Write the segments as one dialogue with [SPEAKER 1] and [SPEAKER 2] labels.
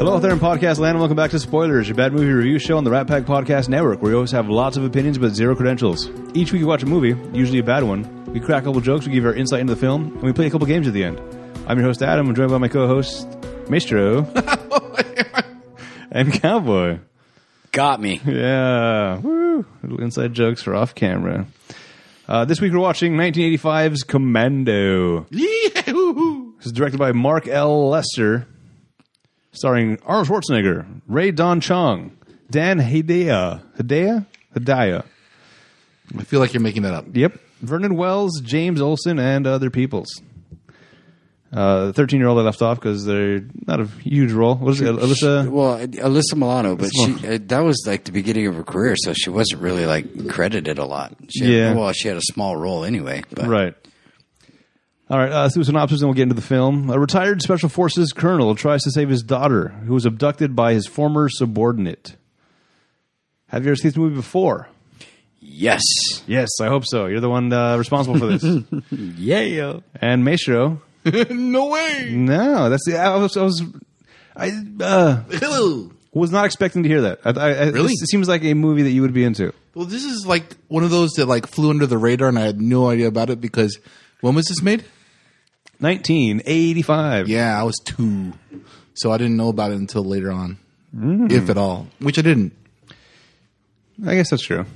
[SPEAKER 1] Hello out there in podcast land, and welcome back to Spoilers, your bad movie review show on the Rat Pack Podcast Network, where we always have lots of opinions but zero credentials. Each week we watch a movie, usually a bad one. We crack a couple jokes, we give our insight into the film, and we play a couple games at the end. I'm your host Adam, I'm joined by my co-host Maestro and Cowboy.
[SPEAKER 2] Got me.
[SPEAKER 1] Yeah, woo! Little inside jokes for off camera. Uh, this week we're watching 1985's Commando. This is directed by Mark L. Lester, starring Arnold Schwarzenegger, Ray Don Chong, Dan Hedaya, Hedaya, Hedaya.
[SPEAKER 3] I feel like you're making that up.
[SPEAKER 1] Yep, Vernon Wells, James Olson, and other peoples. Uh, the 13 year old I left off because they're not a huge role. What is it, Alyssa?
[SPEAKER 2] Well, Alyssa Milano, but
[SPEAKER 1] Alyssa
[SPEAKER 2] she uh, that was like the beginning of her career, so she wasn't really like credited a lot. She
[SPEAKER 1] Yeah.
[SPEAKER 2] Had, well, she had a small role anyway. But
[SPEAKER 1] Right. All right, uh, so synopsis, and we'll get into the film. A retired Special Forces colonel tries to save his daughter, who was abducted by his former subordinate. Have you ever seen this movie before?
[SPEAKER 2] Yes.
[SPEAKER 1] Yes, I hope so. You're the one uh, responsible for this.
[SPEAKER 2] Yeah.
[SPEAKER 1] and Maestro.
[SPEAKER 3] no way.
[SPEAKER 1] No, that's the. I was. I, was, I uh,
[SPEAKER 3] Hello.
[SPEAKER 1] was not expecting to hear that. I, I, I-
[SPEAKER 3] Really?
[SPEAKER 1] It seems like a movie that you would be into.
[SPEAKER 3] Well, this is like one of those that like flew under the radar, and I had no idea about it because when was this made?
[SPEAKER 1] 1985.
[SPEAKER 3] Yeah, I was two, so I didn't know about it until later on, if at all. Which I didn't.
[SPEAKER 1] I guess that's true.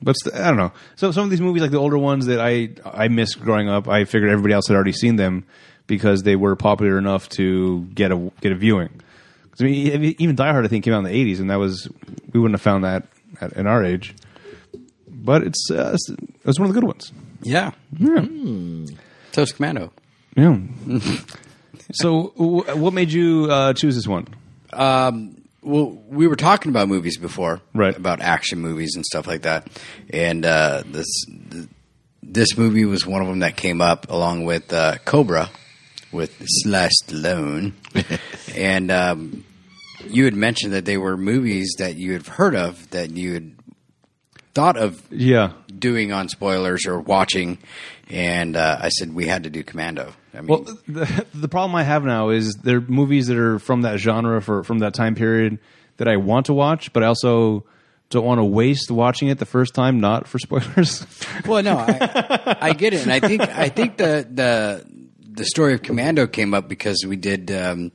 [SPEAKER 1] But st- I don't know. So some of these movies, like the older ones that I I missed growing up, I figured everybody else had already seen them because they were popular enough to get a get a viewing. 'Cause, I mean, e- even Die Hard I think came out in the '80s, and that was we wouldn't have found that at, in our age. But it's uh, it's, it's one of the good ones.
[SPEAKER 2] Yeah.
[SPEAKER 1] Yeah.
[SPEAKER 2] Toast Commando.
[SPEAKER 1] Yeah. so w- what made you uh, choose this one?
[SPEAKER 2] Well, we were talking about movies before,
[SPEAKER 1] Right.
[SPEAKER 2] About action movies and stuff like that, and uh, this th- this movie was one of them that came up along with uh, Cobra with Slash Stallone, and um, you had mentioned that they were movies that you had heard of that you had thought of
[SPEAKER 1] Yeah.
[SPEAKER 2] doing on spoilers or watching, and uh, I said we had to do Commando. I mean,
[SPEAKER 1] Well, the, the problem I have now is there are movies that are from that genre for from that time period that I want to watch, but I also don't want to waste watching it the first time, not for spoilers.
[SPEAKER 2] Well, no, I, I get it, and I think I think the the the story of Commando came up because we did um,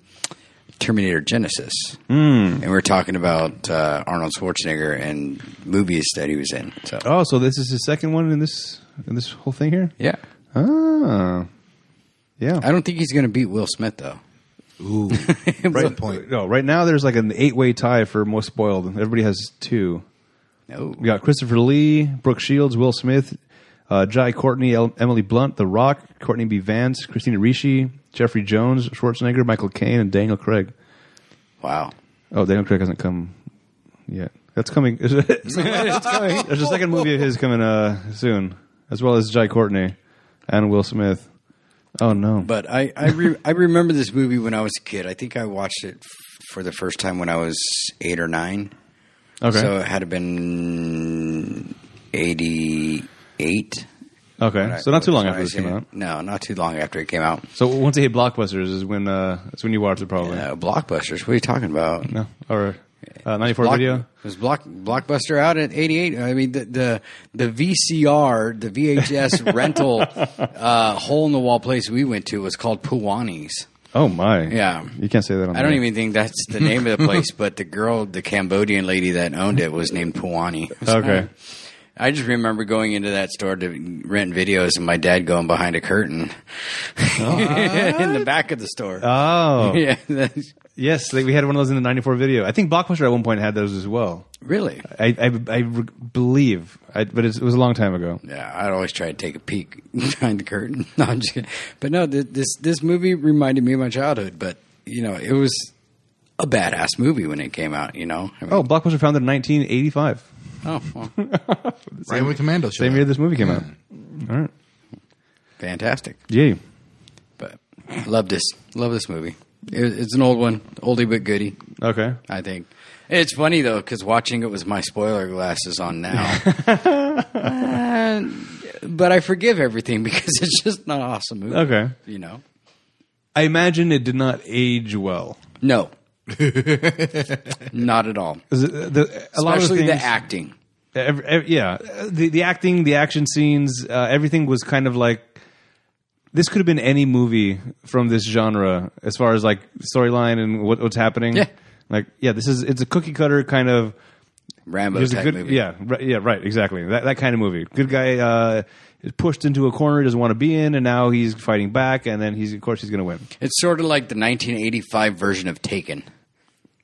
[SPEAKER 2] Terminator Genesis,
[SPEAKER 1] Hmm.
[SPEAKER 2] and we were talking about uh, Arnold Schwarzenegger and movies that he was in. So,
[SPEAKER 1] oh, so this is his second one in this in this whole thing here.
[SPEAKER 2] yeah,
[SPEAKER 1] Ah, yeah.
[SPEAKER 2] I don't think he's going to beat Will Smith though.
[SPEAKER 3] Ooh, right point.
[SPEAKER 1] no, right now there's like an eight way tie for most spoiled. Everybody has two.
[SPEAKER 2] No,
[SPEAKER 1] We got Christopher Lee, Brooke Shields, Will Smith, uh, Jai Courtney, El- Emily Blunt, The Rock, Courtney B. Vance, Christina Ricci, Jeffrey Jones, Schwarzenegger, Michael Caine, and Daniel Craig.
[SPEAKER 2] wow,
[SPEAKER 1] Oh, Daniel Craig hasn't come yet. That's coming. it's coming. There's a second movie of his coming uh, soon, as well as Jai Courtney and Will Smith. Oh no!
[SPEAKER 2] but I I, re- I remember this movie when I was a kid. I think I watched it f- for the first time when I was eight or nine.
[SPEAKER 1] okay,
[SPEAKER 2] So it had to have been eighty eight.
[SPEAKER 1] okay.
[SPEAKER 2] Right,
[SPEAKER 1] so not too
[SPEAKER 2] that's
[SPEAKER 1] long
[SPEAKER 2] when
[SPEAKER 1] after
[SPEAKER 2] I
[SPEAKER 1] this came
[SPEAKER 2] seen it.
[SPEAKER 1] out.
[SPEAKER 2] No, not too long after it came out.
[SPEAKER 1] So once they hit blockbusters is when uh, that's when you watch it probably.
[SPEAKER 2] Uh, blockbusters. What are you talking about?
[SPEAKER 1] No, or uh, 94 video.
[SPEAKER 2] was block blockbuster out at eighty eight. I mean the, the the VCR, the VHS rental uh, hole in the wall place we went to was called Puwani's.
[SPEAKER 1] Oh my!
[SPEAKER 2] Yeah.
[SPEAKER 1] you can't say that. on
[SPEAKER 2] I don't
[SPEAKER 1] the-
[SPEAKER 2] even think that's the name of the place, but the girl, the Cambodian lady that owned it, was named Puwani.
[SPEAKER 1] Okay.
[SPEAKER 2] I just remember going into that store to rent videos, and my dad going behind a curtain in the back of the store.
[SPEAKER 1] Oh
[SPEAKER 2] yeah, that's-
[SPEAKER 1] yes, like we had one of those in the '94 video. I think Blockbuster at one point had those as well.
[SPEAKER 2] really.
[SPEAKER 1] I I, I re- believe, I, but it's, it was a long time ago.
[SPEAKER 2] Yeah, I'd always try to take a peek behind the curtain. No, I'm just kidding. But no, th- this this movie reminded me of my childhood. But you know, it was a badass movie when it came out. You know, I mean,
[SPEAKER 1] Oh, Blockbuster founded in 1985,
[SPEAKER 2] oh, well,
[SPEAKER 3] Right with Commando.
[SPEAKER 1] same year this movie came out. All right,
[SPEAKER 2] fantastic.
[SPEAKER 1] yeah.
[SPEAKER 2] But love this, love this movie. It, it's an old one, oldie but goodie.
[SPEAKER 1] Okay.
[SPEAKER 2] I think it's funny though because watching it with my spoiler glasses on now. Uh, but I forgive everything because it's just an awesome movie.
[SPEAKER 1] Okay.
[SPEAKER 2] you know,
[SPEAKER 1] I imagine it did not age well.
[SPEAKER 2] no. Not at all.
[SPEAKER 1] 'Cause the- uh, the- a lot of
[SPEAKER 2] Especially
[SPEAKER 1] things-
[SPEAKER 2] the acting.
[SPEAKER 1] ev- ev- yeah, the the acting, the action scenes, uh, everything was kind of like this could have been any movie from this genre as far as like storyline and what, what's happening.
[SPEAKER 2] Yeah.
[SPEAKER 1] Like yeah, this is it's a cookie cutter kind of
[SPEAKER 2] Rambo
[SPEAKER 1] There's a
[SPEAKER 2] type
[SPEAKER 1] good,
[SPEAKER 2] movie.
[SPEAKER 1] Yeah, right, yeah, right, exactly. That that kind of movie. Good guy uh, is pushed into a corner he doesn't want to be in, and now he's fighting back, and then he's of course he's going to win.
[SPEAKER 2] It's sort of like the 1985 version of Taken.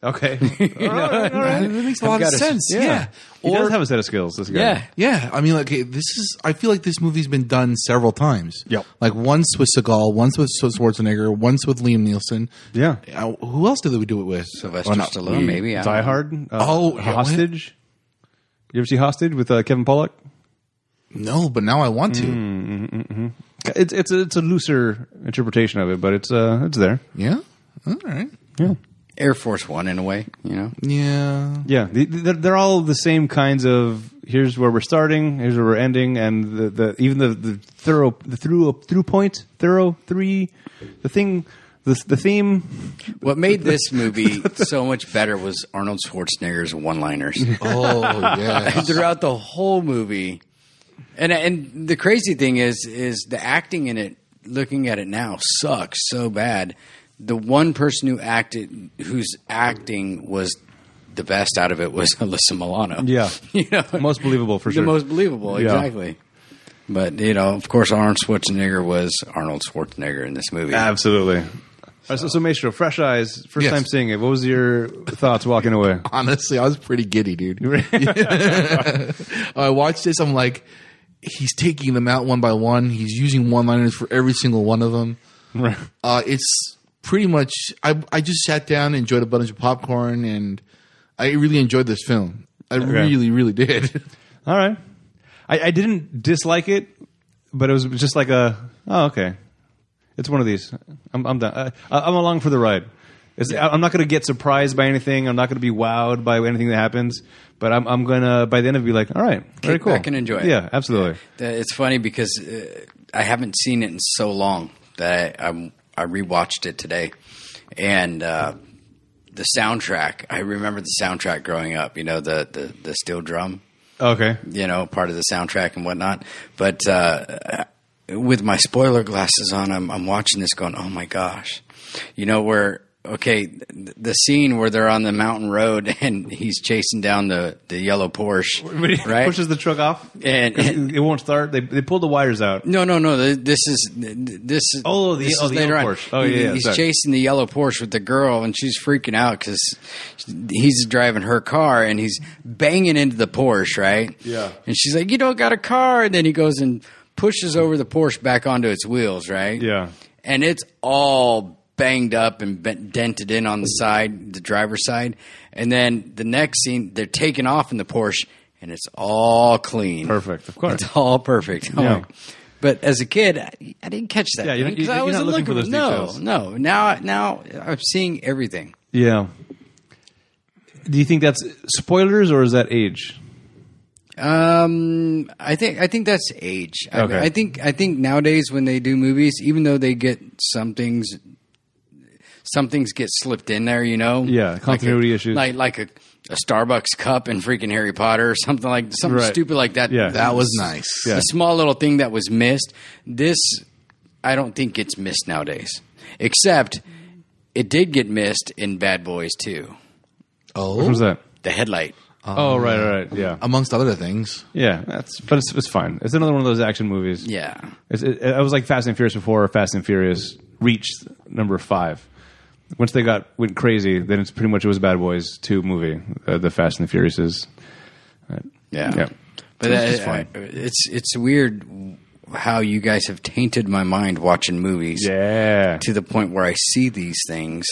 [SPEAKER 1] Okay, All right, all right.
[SPEAKER 3] That makes a
[SPEAKER 2] I've
[SPEAKER 3] lot of
[SPEAKER 2] got a-
[SPEAKER 3] sense. Yeah.
[SPEAKER 1] He
[SPEAKER 3] Or
[SPEAKER 1] does have a set of skills. This guy.
[SPEAKER 3] Yeah, I mean, like it- this is. I feel like this movie's been done several times.
[SPEAKER 1] Yep.
[SPEAKER 3] Like once with Seagal, once with Schwarzenegger, once with Liam Nielsen.
[SPEAKER 1] yeah.
[SPEAKER 3] Uh, who else did we do it with?
[SPEAKER 2] Sylvester
[SPEAKER 3] Well, not-
[SPEAKER 2] Stallone, maybe. I don't
[SPEAKER 1] Die
[SPEAKER 2] know.
[SPEAKER 1] Hard. Uh,
[SPEAKER 3] Oh, yeah, what?
[SPEAKER 1] Hostage. You ever see Hostage with uh, Kevin Pollak?
[SPEAKER 3] No, but now I want to.
[SPEAKER 1] It's it's a, it's a looser interpretation of it, but it's uh it's there.
[SPEAKER 3] Yeah. All right.
[SPEAKER 1] Yeah.
[SPEAKER 2] Air Force One in a way, you know.
[SPEAKER 3] Yeah.
[SPEAKER 1] Yeah, the- the- they're, they're all the same kinds of. Here's where we're starting. Here's where we're ending, and the, the even the, the thorough the through through point thorough three, the thing, the the theme.
[SPEAKER 2] What made this movie so much better was Arnold Schwarzenegger's one-liners
[SPEAKER 3] Oh yeah.
[SPEAKER 2] throughout the whole movie. And and the crazy thing is is the acting in it. Looking at it now, sucks so bad. The one person who acted, whose acting was the best out of it, was Alyssa Milano.
[SPEAKER 1] Yeah.
[SPEAKER 2] you know,
[SPEAKER 1] Most believable, for
[SPEAKER 2] the
[SPEAKER 1] sure.
[SPEAKER 2] most believable,
[SPEAKER 1] Yeah.
[SPEAKER 2] exactly. But you know, of course, Arnold Schwarzenegger was Arnold Schwarzenegger in this movie.
[SPEAKER 1] Ah, Absolutely. So, so, Maestro, fresh eyes, first
[SPEAKER 3] Yes.
[SPEAKER 1] time seeing it. What was your thoughts walking away?
[SPEAKER 3] Honestly, I was pretty giddy, dude. I watched this. I'm like, he's taking them out one by one. He's using one liners for every single one of them.
[SPEAKER 1] Right.
[SPEAKER 3] Uh, it's pretty much. I I just sat down, enjoyed a bunch of popcorn, and I really enjoyed this film. I really, really did.
[SPEAKER 1] All right. I, I didn't dislike it, but it was just like a oh okay, it's one of these. I'm I'm done. I, I'm along for the ride. It's, I- I'm not going to get surprised by anything. I'm not going to be wowed by anything that happens. But I'm I'm going to by the end of it be like, all right, very cool.
[SPEAKER 2] back and enjoy it.
[SPEAKER 1] Yeah, absolutely.
[SPEAKER 2] Uh, It's funny because uh, I haven't seen it in so long that I, I I rewatched it today, and uh, the soundtrack. I remember the soundtrack growing up. You know the the, the steel drum.
[SPEAKER 1] Okay.
[SPEAKER 2] You know, part of the soundtrack and whatnot. But uh, with my spoiler glasses on, I'm, I'm watching this going, oh my gosh. You know, where, okay, th- the scene where they're on the mountain road and he's chasing down the, the yellow Porsche, right?
[SPEAKER 1] Pushes the truck off.
[SPEAKER 2] And-
[SPEAKER 1] 'Cause it won't start. They they pull the wires out.
[SPEAKER 2] No, no, no. th- This is this is
[SPEAKER 1] Oh, the-
[SPEAKER 2] this
[SPEAKER 1] oh,
[SPEAKER 2] is
[SPEAKER 1] the
[SPEAKER 2] later
[SPEAKER 1] yellow
[SPEAKER 2] on.
[SPEAKER 1] Porsche. Oh,
[SPEAKER 2] He-
[SPEAKER 1] yeah, yeah,
[SPEAKER 2] he's
[SPEAKER 1] sorry.
[SPEAKER 2] chasing the yellow Porsche with the girl, and she's freaking out because he's driving her car, and he's banging into the Porsche, right?
[SPEAKER 1] Yeah.
[SPEAKER 2] And she's like, "You don't got a car," and then he goes and pushes over the Porsche back onto its wheels, right?
[SPEAKER 1] Yeah.
[SPEAKER 2] And it's all banged up and bent, dented in on the side, the driver's side, and then the next scene, they're taking off in the Porsche, and it's all clean.
[SPEAKER 1] Perfect. Of course.
[SPEAKER 2] It's all perfect. I'm
[SPEAKER 1] Yeah.
[SPEAKER 2] like- but as a kid, I, I didn't catch that.
[SPEAKER 1] Yeah, you don't-
[SPEAKER 2] because
[SPEAKER 1] you-
[SPEAKER 2] I
[SPEAKER 1] you're
[SPEAKER 2] wasn't
[SPEAKER 1] not looking for those
[SPEAKER 2] no,
[SPEAKER 1] details.
[SPEAKER 2] no. Now, now I'm seeing everything.
[SPEAKER 1] Yeah. Do you think that's spoilers or is that age?
[SPEAKER 2] Um, I think I think that's age. I-
[SPEAKER 1] Okay.
[SPEAKER 2] I, think I think nowadays when they do movies, even though they get some things, some things get slipped in there. You know,
[SPEAKER 1] Yeah,
[SPEAKER 2] Like a-
[SPEAKER 1] continuity issues.
[SPEAKER 2] like like a, a Starbucks cup and freaking Harry Potter or something like something
[SPEAKER 1] Right.
[SPEAKER 2] stupid like that.
[SPEAKER 1] Yeah.
[SPEAKER 3] That was nice.
[SPEAKER 1] Yeah.
[SPEAKER 2] a small little thing that was missed. This, I don't think gets missed nowadays. Except it did get missed in Bad Boys too.
[SPEAKER 1] What was
[SPEAKER 3] Oh,
[SPEAKER 1] that?
[SPEAKER 2] The headlight.
[SPEAKER 1] oh right, right, right, yeah.
[SPEAKER 3] amongst other things.
[SPEAKER 1] Yeah, that's but it's it's fine. It's another one of those action movies.
[SPEAKER 2] Yeah.
[SPEAKER 1] it's, it, I was like Fast and Furious before Fast and Furious reached number five. Once they got went crazy, then it's pretty much it was Bad Boys two movie, uh, the Fast and the Furious is.
[SPEAKER 2] Yeah.
[SPEAKER 1] Yeah.
[SPEAKER 2] But
[SPEAKER 1] Which is
[SPEAKER 2] uh,
[SPEAKER 1] fine.
[SPEAKER 2] it's it's weird how you guys have tainted my mind watching movies
[SPEAKER 1] Yeah,
[SPEAKER 2] to the point where I see these things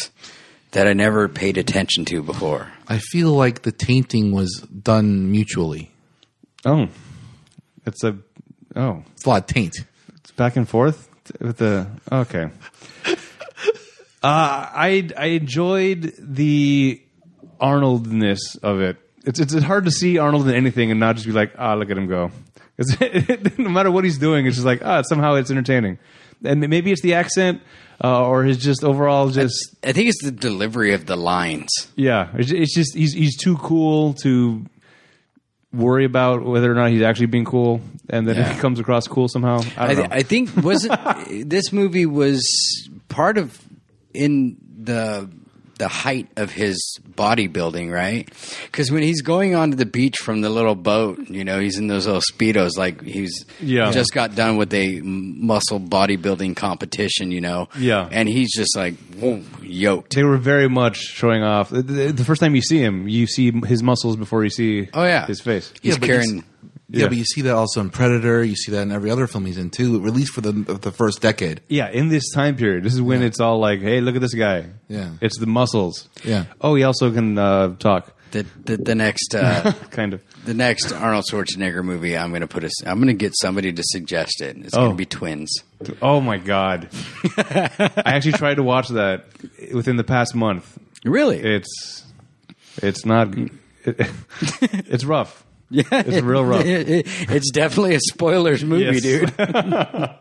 [SPEAKER 2] that I never paid attention to before.
[SPEAKER 3] I feel like the tainting was done mutually.
[SPEAKER 1] oh, it's a oh,
[SPEAKER 3] It's a lot of taint.
[SPEAKER 1] it's back and forth with the okay. Uh, I I enjoyed the Arnoldness of it. It's it's hard to see Arnold in anything and not just be like, ah, look at him go. It's, no matter what he's doing, it's just like ah, somehow it's entertaining. and maybe it's the accent uh, or his just overall just
[SPEAKER 2] I think it's the delivery of the lines.
[SPEAKER 1] yeah. It's, it's just he's he's too cool to worry about whether or not he's actually being cool, and then
[SPEAKER 2] Yeah.
[SPEAKER 1] he comes across cool somehow. I
[SPEAKER 2] I,
[SPEAKER 1] don't
[SPEAKER 2] th-
[SPEAKER 1] know.
[SPEAKER 2] I think was it, this movie was part of in the the height of his bodybuilding, right? Because when he's going onto the beach from the little boat, you know, he's in those little speedos, like he's
[SPEAKER 1] Yeah.
[SPEAKER 2] just got done with a m- muscle bodybuilding competition, you know,
[SPEAKER 1] Yeah.
[SPEAKER 2] and he's just like whoom, yoked.
[SPEAKER 1] they were very much showing off. The- The the first time you see him, you see his muscles before you see
[SPEAKER 2] Oh yeah,
[SPEAKER 1] his face.
[SPEAKER 2] He's
[SPEAKER 3] Yeah, but
[SPEAKER 2] carrying.
[SPEAKER 3] he's- Yeah,
[SPEAKER 1] Yeah.
[SPEAKER 3] but you see that also in Predator. You see that in every other film he's in too, at least for the the first decade.
[SPEAKER 1] Yeah, in this time period, this is when it's all like, "Hey, look at this guy."
[SPEAKER 3] Yeah.
[SPEAKER 1] it's the muscles.
[SPEAKER 3] Yeah.
[SPEAKER 1] Oh, he also can uh, talk,
[SPEAKER 2] the, the, the next uh,
[SPEAKER 1] kind of.
[SPEAKER 2] The next Arnold Schwarzenegger movie, I'm going to put a, I'm going to get somebody to suggest it. It's going
[SPEAKER 1] Oh.
[SPEAKER 2] to be twins.
[SPEAKER 1] Oh my god! I actually tried to watch that within the past month.
[SPEAKER 2] Really?
[SPEAKER 1] It's it's not. It, it's rough. Yeah, it's real rough.
[SPEAKER 2] it's definitely a spoilers movie,
[SPEAKER 1] Yes.
[SPEAKER 2] dude.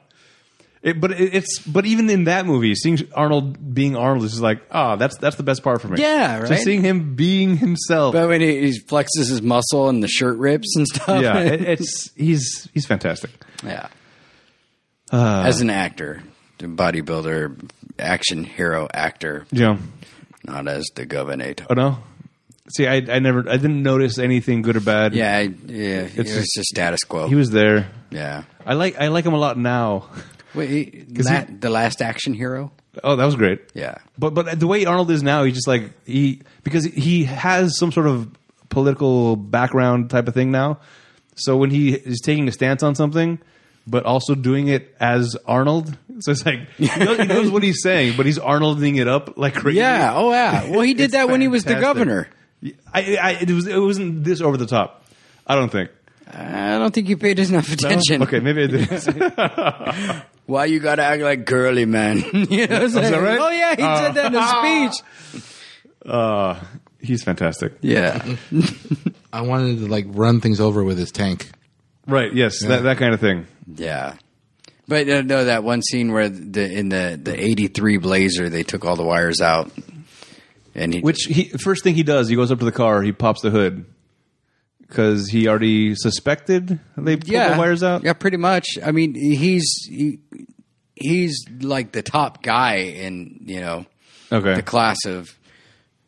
[SPEAKER 1] It- but it, it's but even in that movie, seeing Arnold being Arnold is just like, ah, that's that's the best part for me.
[SPEAKER 2] Yeah, right?
[SPEAKER 1] Just seeing him being himself.
[SPEAKER 2] But when he, he flexes his muscle and the shirt rips and stuff.
[SPEAKER 1] yeah, it, it's he's he's fantastic.
[SPEAKER 2] yeah.
[SPEAKER 1] Uh.
[SPEAKER 2] As an actor, the bodybuilder, action hero actor,
[SPEAKER 1] Yeah.
[SPEAKER 2] not as the governator.
[SPEAKER 1] Oh no. See, I I never I didn't notice anything good or bad.
[SPEAKER 2] Yeah, I, yeah. It's
[SPEAKER 1] It's
[SPEAKER 2] just,
[SPEAKER 1] just-
[SPEAKER 2] the status quo.
[SPEAKER 1] He was there.
[SPEAKER 2] yeah.
[SPEAKER 1] I like I like him a lot now.
[SPEAKER 2] Wait, he-
[SPEAKER 1] 'Cause
[SPEAKER 2] la-
[SPEAKER 1] he-
[SPEAKER 2] the last action hero.
[SPEAKER 1] Oh, that was great.
[SPEAKER 2] Yeah.
[SPEAKER 1] But but the way Arnold is now, he's just like he because he has some sort of political background type of thing now. So when he is taking a stance on something, but also doing it as Arnold, so it's like he knows, he knows what he's saying, but he's Arnolding it up like crazy.
[SPEAKER 2] Yeah. Oh, yeah. Well, he did
[SPEAKER 1] It's
[SPEAKER 2] that when he was the
[SPEAKER 1] fantastic.
[SPEAKER 2] governor.
[SPEAKER 1] I, I, it was it wasn't this over the top. I don't think.
[SPEAKER 2] I don't think you paid enough attention.
[SPEAKER 1] Okay, maybe I did.
[SPEAKER 2] Why you gotta act like girly man? you know what I'm saying?
[SPEAKER 1] that right? Ah.
[SPEAKER 2] Oh yeah, he said that in a speech.
[SPEAKER 1] uh, he's fantastic.
[SPEAKER 2] Yeah.
[SPEAKER 3] I wanted to like run things over with his tank.
[SPEAKER 1] Right? Yes, that that kind of thing.
[SPEAKER 2] Yeah. But uh, no, that one scene where the in the the '83 Blazer they took all the wires out, and he
[SPEAKER 1] Which he first thing he does, he goes up to the car, he pops the hood because he already suspected they pulled
[SPEAKER 2] yeah
[SPEAKER 1] the wires out.
[SPEAKER 2] Yeah, pretty much. I mean, he's he, he's like the top guy in you know
[SPEAKER 1] Okay.
[SPEAKER 2] the class of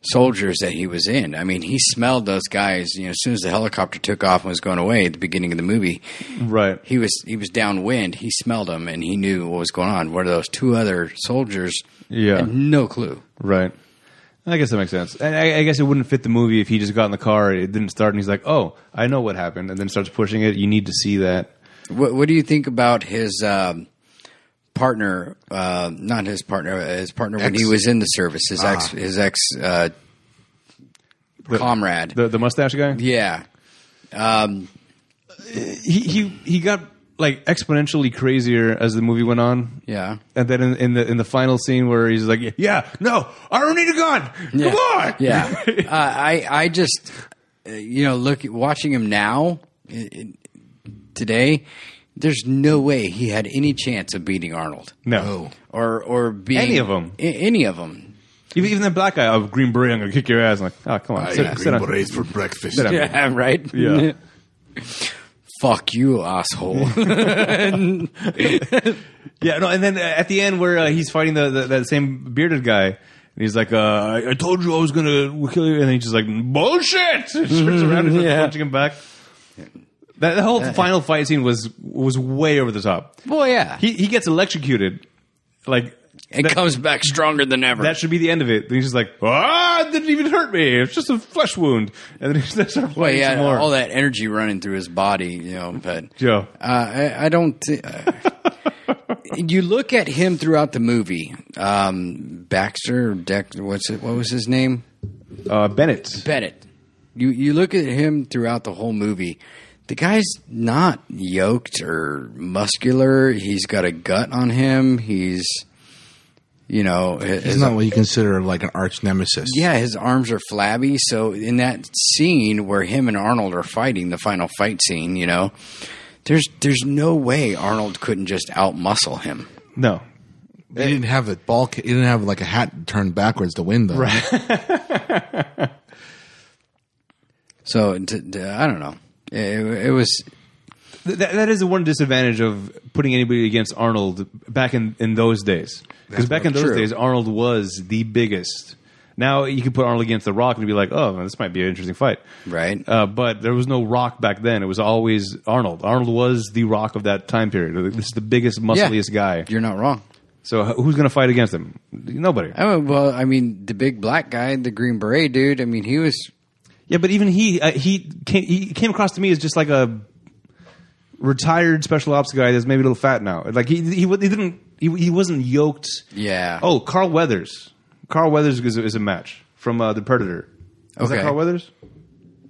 [SPEAKER 2] soldiers that he was in. I mean, he smelled those guys. You know, as soon as the helicopter took off and was going away at the beginning of the movie,
[SPEAKER 1] right.
[SPEAKER 2] he was he was downwind. He smelled them and he knew what was going on. One of those two other soldiers
[SPEAKER 1] Yeah.
[SPEAKER 2] had no clue.
[SPEAKER 1] Right. I guess that makes sense. And I, I guess it wouldn't fit the movie if he just got in the car, it didn't start, and he's like, "Oh, I know what happened," and then starts pushing it. You need to see that.
[SPEAKER 2] What, what do you think about his um, partner? Uh, not his partner. uh, His partner when
[SPEAKER 3] Ex.
[SPEAKER 2] he was in the service. His ex. His ex. Uh,
[SPEAKER 1] Ah. The-
[SPEAKER 2] Comrade.
[SPEAKER 1] the the mustache guy.
[SPEAKER 2] yeah. Um,
[SPEAKER 1] He he he got like exponentially crazier as the movie went on.
[SPEAKER 2] yeah.
[SPEAKER 1] And then in, in the in the final scene where he's like, "Yeah, no, I don't need a gun.
[SPEAKER 2] Yeah.
[SPEAKER 1] Come on,
[SPEAKER 2] Yeah. uh, I I just uh, you know look watching him now i- i- today. There's no way he had any chance of beating Arnold. Oh.
[SPEAKER 1] no."
[SPEAKER 2] or or being
[SPEAKER 1] Any of 'em.
[SPEAKER 2] I- any of them.
[SPEAKER 1] Even, even that black guy of Green Beret, I'm gonna kick your ass. I'm like, oh come on, sit, sit on.
[SPEAKER 3] for breakfast.
[SPEAKER 1] Sit on.
[SPEAKER 2] Yeah, right.
[SPEAKER 1] Yeah.
[SPEAKER 2] Fuck you, asshole.
[SPEAKER 1] Yeah, no. And then uh, at the end where uh, he's fighting the, the that same bearded guy, and he's like, uh, I, I told you I was gonna kill you, and he's just like, bullshit. Turns around and starts
[SPEAKER 2] Yeah.
[SPEAKER 1] punching him back. That, that whole final fight scene was was way over the top.
[SPEAKER 2] Boy, yeah.
[SPEAKER 1] He he gets electrocuted, like.
[SPEAKER 2] and
[SPEAKER 1] that-
[SPEAKER 2] comes back stronger than ever.
[SPEAKER 1] That should be the end of it. Then he's just like, ah, it didn't even hurt me. It's just a flesh wound. And then he starts fighting
[SPEAKER 2] Boy, yeah,
[SPEAKER 1] some more.
[SPEAKER 2] all that energy running through his body, you know. But
[SPEAKER 1] Yeah.
[SPEAKER 2] uh, I, I don't. thi- uh, you look at him throughout the movie. Um, Baxter, or Deck, what's it? What was his name?
[SPEAKER 1] Uh, Bennett.
[SPEAKER 2] Bennett. You you look at him throughout the whole movie. The guy's not yoked or muscular. He's got a gut on him. He's you know his,
[SPEAKER 3] He's not what you consider like an arch nemesis.
[SPEAKER 2] yeah, his arms are flabby. So in that scene where him and Arnold are fighting, the final fight scene, you know, there's there's no way Arnold couldn't just outmuscle him.
[SPEAKER 1] No.
[SPEAKER 3] They didn't have the ball. ca- They didn't have like a hat turned backwards to win though. Right.
[SPEAKER 2] So d- d- I don't know. It, it was
[SPEAKER 1] Th- that, that is the one disadvantage of putting anybody against Arnold back in, in those days. Because back in those
[SPEAKER 2] true.
[SPEAKER 1] days, Arnold was the biggest. Now you could put Arnold against The Rock and be like, oh, this might be an interesting fight.
[SPEAKER 2] Right.
[SPEAKER 1] Uh, but there was no Rock back then. It was always Arnold. Arnold was the Rock of that time period. This is the biggest, muscliest guy.
[SPEAKER 2] You're not wrong.
[SPEAKER 1] So h- who's going to fight against him? Nobody.
[SPEAKER 2] I mean, well, I mean, the big black guy, the Green Beret dude. I mean, he was
[SPEAKER 1] Yeah, but even he uh, he came, he came across to me as just like a retired special ops guy that's maybe a little fat now. Like he he, wa- he didn't he, he wasn't yoked.
[SPEAKER 2] Yeah.
[SPEAKER 1] Oh, Carl Weathers. Carl Weathers is, is a match from uh, the Predator. Was that
[SPEAKER 2] Okay.
[SPEAKER 1] Carl Weathers?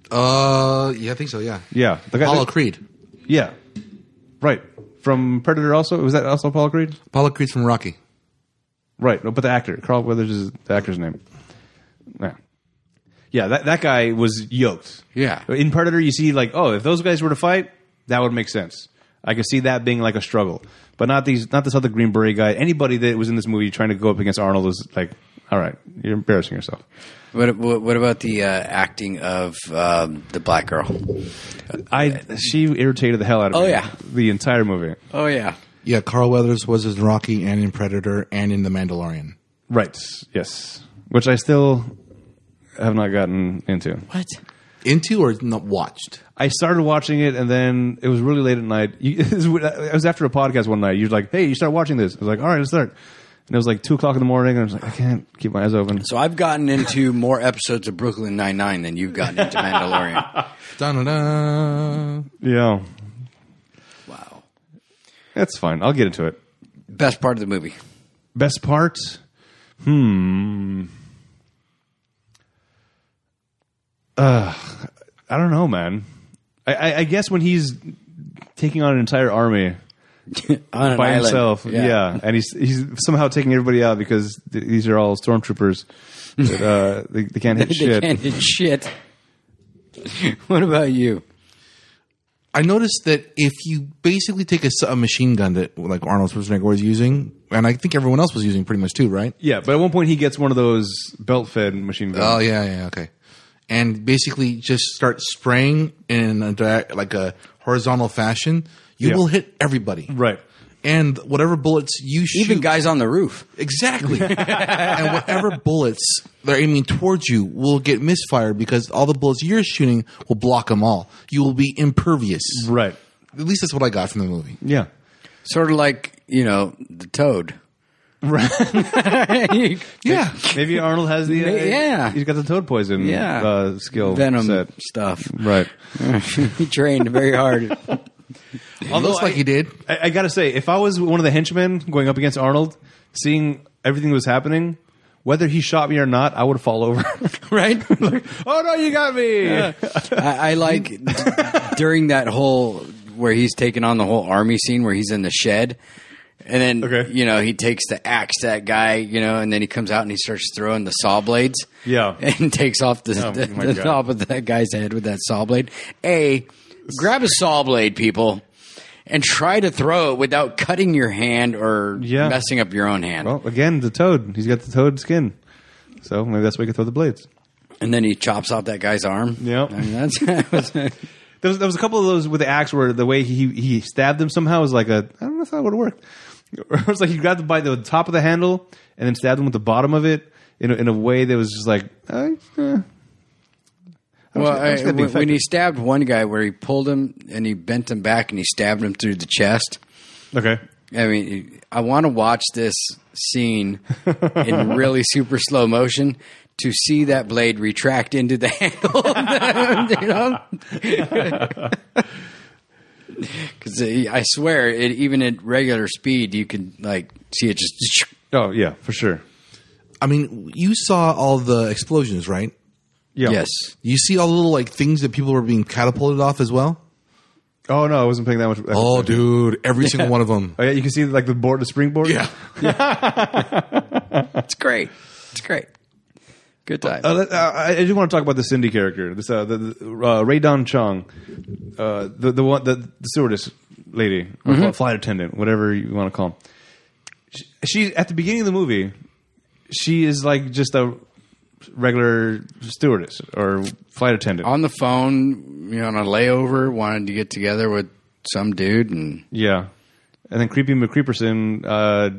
[SPEAKER 3] Uh, yeah, I think so. Yeah.
[SPEAKER 1] Yeah, the guy.
[SPEAKER 3] Apollo Creed.
[SPEAKER 1] yeah, right from Predator. Also, was that also Paul Creed?
[SPEAKER 3] Apollo Creed's from Rocky.
[SPEAKER 1] Right, no, but the actor Carl Weathers is the actor's name. Yeah, yeah, that that guy was yoked.
[SPEAKER 2] Yeah.
[SPEAKER 1] in Predator, you see like, oh, if those guys were to fight, that would make sense. I could see that being like a struggle, but not these, not this other Green Beret guy. Anybody that was in this movie trying to go up against Arnold was like, all right, you're embarrassing yourself.
[SPEAKER 2] What, what, what about the uh, acting of um, the black girl?
[SPEAKER 1] I she irritated the hell out of
[SPEAKER 2] Oh,
[SPEAKER 1] me.
[SPEAKER 2] yeah.
[SPEAKER 1] the entire movie.
[SPEAKER 2] Oh yeah,
[SPEAKER 3] Yeah, Carl Weathers was in Rocky and in Predator and in The Mandalorian.
[SPEAKER 1] Right. Yes. Which I still have not gotten into.
[SPEAKER 2] what?
[SPEAKER 3] Into or not watched?
[SPEAKER 1] I started watching it, and then it was really late at night. You, it was- it was after a podcast one night. You're like, "Hey, you start watching this." I was like, "All right, let's start." And it was like two o'clock in the morning, and I was like, "I can't keep my eyes open."
[SPEAKER 2] So I've gotten into more episodes of Brooklyn Nine Nine than you've gotten into Mandalorian.
[SPEAKER 3] Dun, dun, dun.
[SPEAKER 1] Yeah,
[SPEAKER 2] wow,
[SPEAKER 1] that's fine. I'll get into it.
[SPEAKER 2] best part of the movie.
[SPEAKER 1] Best part? Hmm. Uh, I don't know, man. I, I, I guess when he's taking on an entire army,
[SPEAKER 2] On an
[SPEAKER 1] by
[SPEAKER 2] island.
[SPEAKER 1] himself. Yeah. and he's he's somehow taking everybody out because th- these are all stormtroopers. That, uh, they, they can't hit
[SPEAKER 2] they
[SPEAKER 1] shit.
[SPEAKER 2] can't hit shit. what about you?
[SPEAKER 3] I noticed that if you basically take a, s- a machine gun that like Arnold Schwarzenegger was using, and I think everyone else was using pretty much too, right?
[SPEAKER 1] Yeah, but at one point he gets one of those belt-fed machine guns.
[SPEAKER 3] Oh yeah, yeah, okay. And basically, just start spraying in a direct, like a horizontal fashion. You
[SPEAKER 1] Yeah.
[SPEAKER 3] will hit everybody,
[SPEAKER 1] Right.
[SPEAKER 3] And whatever bullets you shoot,
[SPEAKER 2] Even guys on the roof.
[SPEAKER 3] Exactly. and whatever bullets they're aiming towards you will get misfired because all the bullets you're shooting will block them all. You will be impervious.
[SPEAKER 1] Right.
[SPEAKER 3] At least that's what I got from the movie.
[SPEAKER 1] Yeah.
[SPEAKER 2] Sort of like, you know, the toad.
[SPEAKER 1] Right.
[SPEAKER 3] Yeah.
[SPEAKER 1] Maybe Arnold has the uh,
[SPEAKER 2] Yeah.
[SPEAKER 1] He's got the toad poison.
[SPEAKER 2] Yeah.
[SPEAKER 1] Uh, skill
[SPEAKER 2] Venom
[SPEAKER 1] set.
[SPEAKER 2] stuff.
[SPEAKER 1] Right.
[SPEAKER 2] he trained very hard.
[SPEAKER 1] Although
[SPEAKER 3] Looks like he did.
[SPEAKER 1] I, I gotta say, if I was one of the henchmen going up against Arnold, seeing everything that was happening, whether he shot me or not, I would fall over.
[SPEAKER 2] right?
[SPEAKER 1] oh no, you got me!
[SPEAKER 2] I, I like d- during that whole where he's taking on the whole army scene where he's in the shed. And then
[SPEAKER 1] Okay.
[SPEAKER 2] you know he takes the axe to that guy, you know, and then he comes out and he starts throwing the saw blades.
[SPEAKER 1] Yeah.
[SPEAKER 2] and takes off the,
[SPEAKER 1] Oh,
[SPEAKER 2] the,
[SPEAKER 1] my
[SPEAKER 2] the
[SPEAKER 1] God.
[SPEAKER 2] top of that guy's head with that saw blade. A, grab a saw blade, people, and try to throw it without cutting your hand or
[SPEAKER 1] Yeah.
[SPEAKER 2] messing up your own hand.
[SPEAKER 1] Well, again, the toad. He's got the toad skin. So maybe that's why he can throw the blades.
[SPEAKER 2] and then he chops off that guy's arm.
[SPEAKER 1] Yep.
[SPEAKER 2] I mean, that's, that was-
[SPEAKER 1] There was, there was a couple of those with the axe where the way he, he stabbed him somehow was like a, I don't know if that would have worked. It was like he grabbed him by the top of the handle and then stabbed him with the bottom of it in a, in a way that was just like, uh, eh.
[SPEAKER 2] Well,
[SPEAKER 1] I was
[SPEAKER 2] I-
[SPEAKER 1] gonna be
[SPEAKER 2] when, when he
[SPEAKER 1] effective.
[SPEAKER 2] stabbed one guy, where he pulled him and he bent him back and he stabbed him through the chest.
[SPEAKER 1] okay.
[SPEAKER 2] I mean, I want to watch this scene in really super slow motion to see that blade retract into the handle. you know, because I swear, it, even at regular speed, you can like see it just.
[SPEAKER 1] Oh, yeah, for sure.
[SPEAKER 3] I mean, you saw all the explosions, right?
[SPEAKER 1] Yeah.
[SPEAKER 2] Yes,
[SPEAKER 3] You see all the little like things that people were being catapulted off as well.
[SPEAKER 1] Oh, no, I wasn't paying that much.
[SPEAKER 3] Oh, dude! Every single one of them.
[SPEAKER 1] Oh, yeah, you can see like the board, the springboard.
[SPEAKER 3] Yeah.
[SPEAKER 2] it's great. It's great. Good time.
[SPEAKER 1] Uh, let- uh, I I do want to talk about the Cindy character, this uh, the, the, uh, Ray Don Chong, uh, the the one the, the stewardess lady, or fl- flight attendant, whatever you want to call. Him. she at the beginning of the movie, she is like just a regular stewardess or flight attendant.
[SPEAKER 2] on the phone, you know, on a layover, wanted to get together with some dude, and
[SPEAKER 1] yeah, and then creepy McCreeperson. Uh,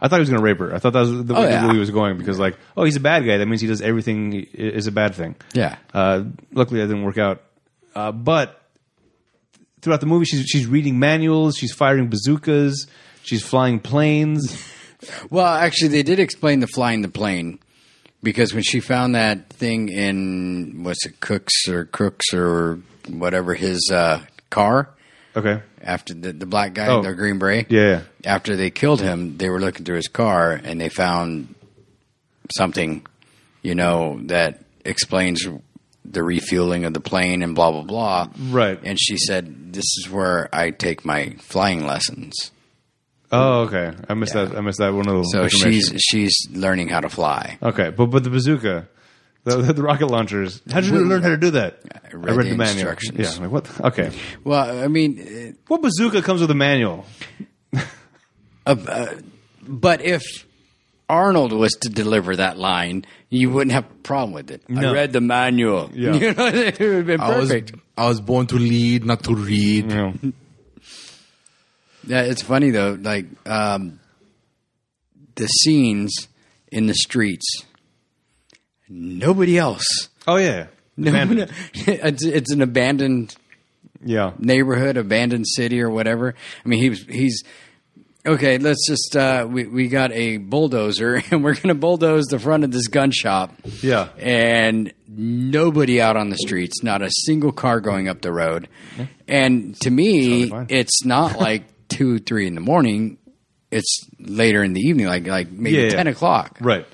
[SPEAKER 1] I thought he was going to rape her. I thought that was the way
[SPEAKER 2] Oh, yeah.
[SPEAKER 1] the movie was going because like, oh, he's a bad guy. That means he does everything i- is a bad thing.
[SPEAKER 2] yeah,
[SPEAKER 1] Uh, luckily, that didn't work out. Uh, but throughout the movie, she's she's reading manuals, she's firing bazookas, she's flying planes.
[SPEAKER 2] Well, actually, they did explain the flying the plane because when she found that thing in what's it, Cooks or Crooks or whatever his uh, car
[SPEAKER 1] Okay,
[SPEAKER 2] after the, the black guy,
[SPEAKER 1] Oh.
[SPEAKER 2] the Green Beret.
[SPEAKER 1] yeah,
[SPEAKER 2] After they killed him, they were looking through his car and they found something, you know, that explains the refueling of the plane and blah blah blah.
[SPEAKER 1] right.
[SPEAKER 2] And she said, "This is where I take my flying lessons."
[SPEAKER 1] oh, okay. I missed that. I missed that one little.
[SPEAKER 2] So
[SPEAKER 1] information.
[SPEAKER 2] she's she's learning how to fly.
[SPEAKER 1] Okay, but but the bazooka, the, the, the rocket launchers. How did you learn how to do that?
[SPEAKER 2] I read the instructions.
[SPEAKER 1] Yeah, I'm like what? Okay,
[SPEAKER 2] Well, I mean,
[SPEAKER 1] what bazooka comes with a manual?
[SPEAKER 2] uh, But if Arnold was to deliver that line, you wouldn't have a problem with it.
[SPEAKER 1] No.
[SPEAKER 2] I read the manual.
[SPEAKER 1] Yeah.
[SPEAKER 2] You know, it would have been
[SPEAKER 3] I was,
[SPEAKER 2] perfect.
[SPEAKER 3] I was born to lead, not to read.
[SPEAKER 1] You know,
[SPEAKER 2] Yeah, it's funny though. Like um, the scenes in the streets, nobody else.
[SPEAKER 1] oh yeah,
[SPEAKER 2] No,
[SPEAKER 1] Abandoned.
[SPEAKER 2] no. it's, it's an abandoned
[SPEAKER 1] yeah,
[SPEAKER 2] neighborhood, abandoned city, or whatever. I mean, he was he's okay. Let's just uh, we we got a bulldozer, and we're going to bulldoze the front of this gun shop.
[SPEAKER 1] Yeah.
[SPEAKER 2] and nobody out on the streets, not a single car going up the road. And to me,
[SPEAKER 1] Totally fine.
[SPEAKER 2] it's not like two, three in the morning. It's later in the evening, like like maybe
[SPEAKER 1] Yeah, yeah.
[SPEAKER 2] ten o'clock.
[SPEAKER 1] right.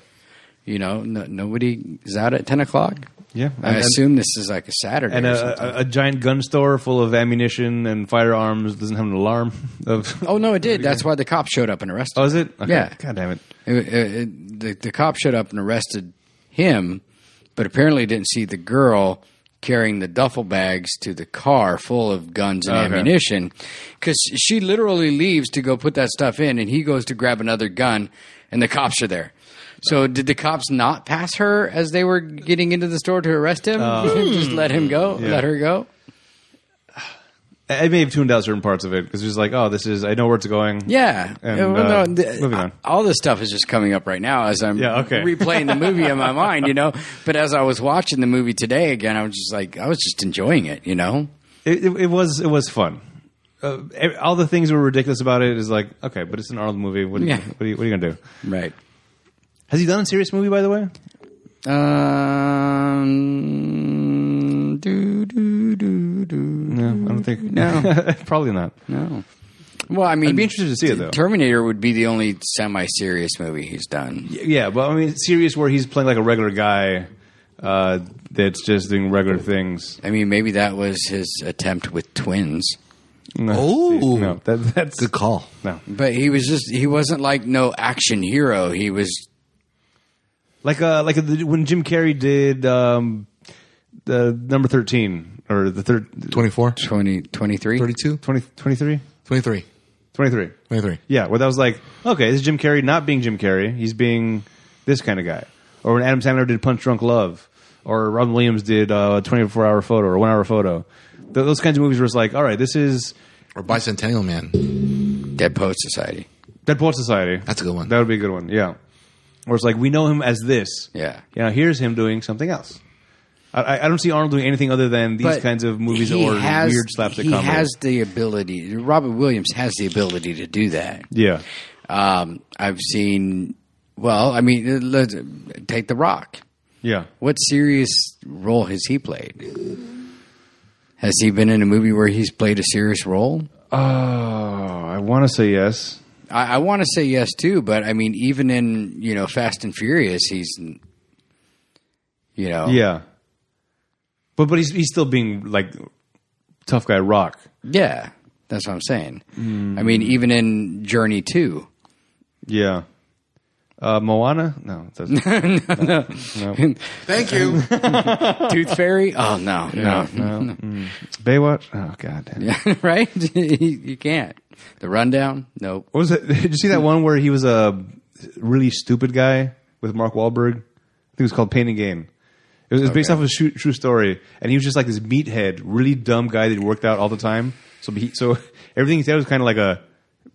[SPEAKER 2] You know, no, nobody is out at ten o'clock.
[SPEAKER 1] Yeah,
[SPEAKER 2] I
[SPEAKER 1] and-
[SPEAKER 2] assume this is like a Saturday
[SPEAKER 1] And uh,
[SPEAKER 2] or
[SPEAKER 1] a,
[SPEAKER 2] something.
[SPEAKER 1] a, a giant gun store full of ammunition and firearms doesn't have an alarm. Of
[SPEAKER 2] oh no, it did. That's why the cops showed up and arrested.
[SPEAKER 1] oh, is it? Okay.
[SPEAKER 2] Yeah.
[SPEAKER 1] God damn it.
[SPEAKER 2] It- it- it- the, the cop showed up and arrested him, but apparently didn't see the girl carrying the duffel bags to the car full of guns and
[SPEAKER 1] Okay.
[SPEAKER 2] ammunition because she literally leaves to go put that stuff in, and he goes to grab another gun, and the cops are there. So did the cops not pass her as they were getting into the store to arrest him? Just let him go, let her go.
[SPEAKER 1] I I may have tuned out certain parts of it because it's like, oh, this is I know where it's going.
[SPEAKER 2] Yeah.
[SPEAKER 1] And,
[SPEAKER 2] Uh,
[SPEAKER 1] uh,
[SPEAKER 2] th-
[SPEAKER 1] moving on.
[SPEAKER 2] All this stuff is just coming up right now as I'm
[SPEAKER 1] Yeah, okay.
[SPEAKER 2] replaying the movie in my mind, you know. But as I was watching the movie today again, I was just like, I was just enjoying it, you know.
[SPEAKER 1] It, it, it was it was fun. Uh, ev- all the things that were ridiculous about it is like, okay, but it's an Arnold movie. What,
[SPEAKER 2] Yeah.
[SPEAKER 1] what, are, you, what are you gonna do?
[SPEAKER 2] Right.
[SPEAKER 1] Has he done a serious movie, by the way?
[SPEAKER 2] Um. Do do do do.
[SPEAKER 1] No, I don't think.
[SPEAKER 2] No.
[SPEAKER 1] probably not.
[SPEAKER 2] No. Well, I mean,
[SPEAKER 1] I'd be interested to see it, though.
[SPEAKER 2] Terminator would be the only semi-serious movie he's done.
[SPEAKER 1] Yeah, but I mean, serious where he's playing like a regular guy uh, that's just doing regular things.
[SPEAKER 2] I mean, maybe that was his attempt with twins.
[SPEAKER 1] No,
[SPEAKER 3] Oh.
[SPEAKER 1] no, that, that's
[SPEAKER 3] Good call.
[SPEAKER 1] no.
[SPEAKER 2] But he was just—he wasn't like no action hero. He was
[SPEAKER 1] Like uh, like the, when Jim Carrey did um, the number thirteen or the third
[SPEAKER 3] 24,
[SPEAKER 2] 20, 23?
[SPEAKER 3] 32,
[SPEAKER 1] 20, 23?
[SPEAKER 3] 23,
[SPEAKER 1] 23.
[SPEAKER 3] 23.
[SPEAKER 1] Yeah, where that was like, okay, this is Jim Carrey not being Jim Carrey. He's being this kind of guy. Or when Adam Sandler did Punch Drunk Love, or Robin Williams did uh, 24 Hour Photo or One Hour Photo. Th- those kinds of movies where it's like, all right, this is
[SPEAKER 3] Or Bicentennial Man.
[SPEAKER 2] Dead Poet Society.
[SPEAKER 1] Dead Poet Society.
[SPEAKER 3] That's a good one.
[SPEAKER 1] That would be a good one, yeah. Or it's like, we know him as this.
[SPEAKER 2] Yeah.
[SPEAKER 1] You know, here's him doing something else. I- I, I don't see Arnold doing anything other than these
[SPEAKER 2] But
[SPEAKER 1] kinds of movies
[SPEAKER 2] he
[SPEAKER 1] or
[SPEAKER 2] has-
[SPEAKER 1] weird slapstick
[SPEAKER 2] He
[SPEAKER 1] comedy.
[SPEAKER 2] has the ability. Robert Williams has the ability to do that.
[SPEAKER 1] yeah.
[SPEAKER 2] Um, I've seen. Well, I mean, uh, let's take The Rock.
[SPEAKER 1] Yeah.
[SPEAKER 2] What serious role has he played? Has he been in a movie where he's played a serious role?
[SPEAKER 1] Oh, I want to say yes.
[SPEAKER 2] I, I want to say yes too, but I mean, even in you know Fast and Furious, he's you know
[SPEAKER 1] Yeah. But but he's he's still being like tough guy rock.
[SPEAKER 2] yeah. That's what I'm saying.
[SPEAKER 1] Mm.
[SPEAKER 2] I mean, even in Journey Two,
[SPEAKER 1] Yeah. Uh, Moana? No, it doesn't.
[SPEAKER 3] Thank you.
[SPEAKER 2] Tooth Fairy. Oh no, no,
[SPEAKER 1] no. Mm. Baywatch? Oh god. damn.
[SPEAKER 2] right? you, you can't. The rundown? Nope.
[SPEAKER 1] What was it? Did you see that one where he was a really stupid guy with Mark Wahlberg? I think it was called Pain and Gain. It was, it was based
[SPEAKER 2] Okay.
[SPEAKER 1] off of a shoe- true story, and he was just like this meathead, really dumb guy that worked out all the time. So he, so everything he said was kind of like a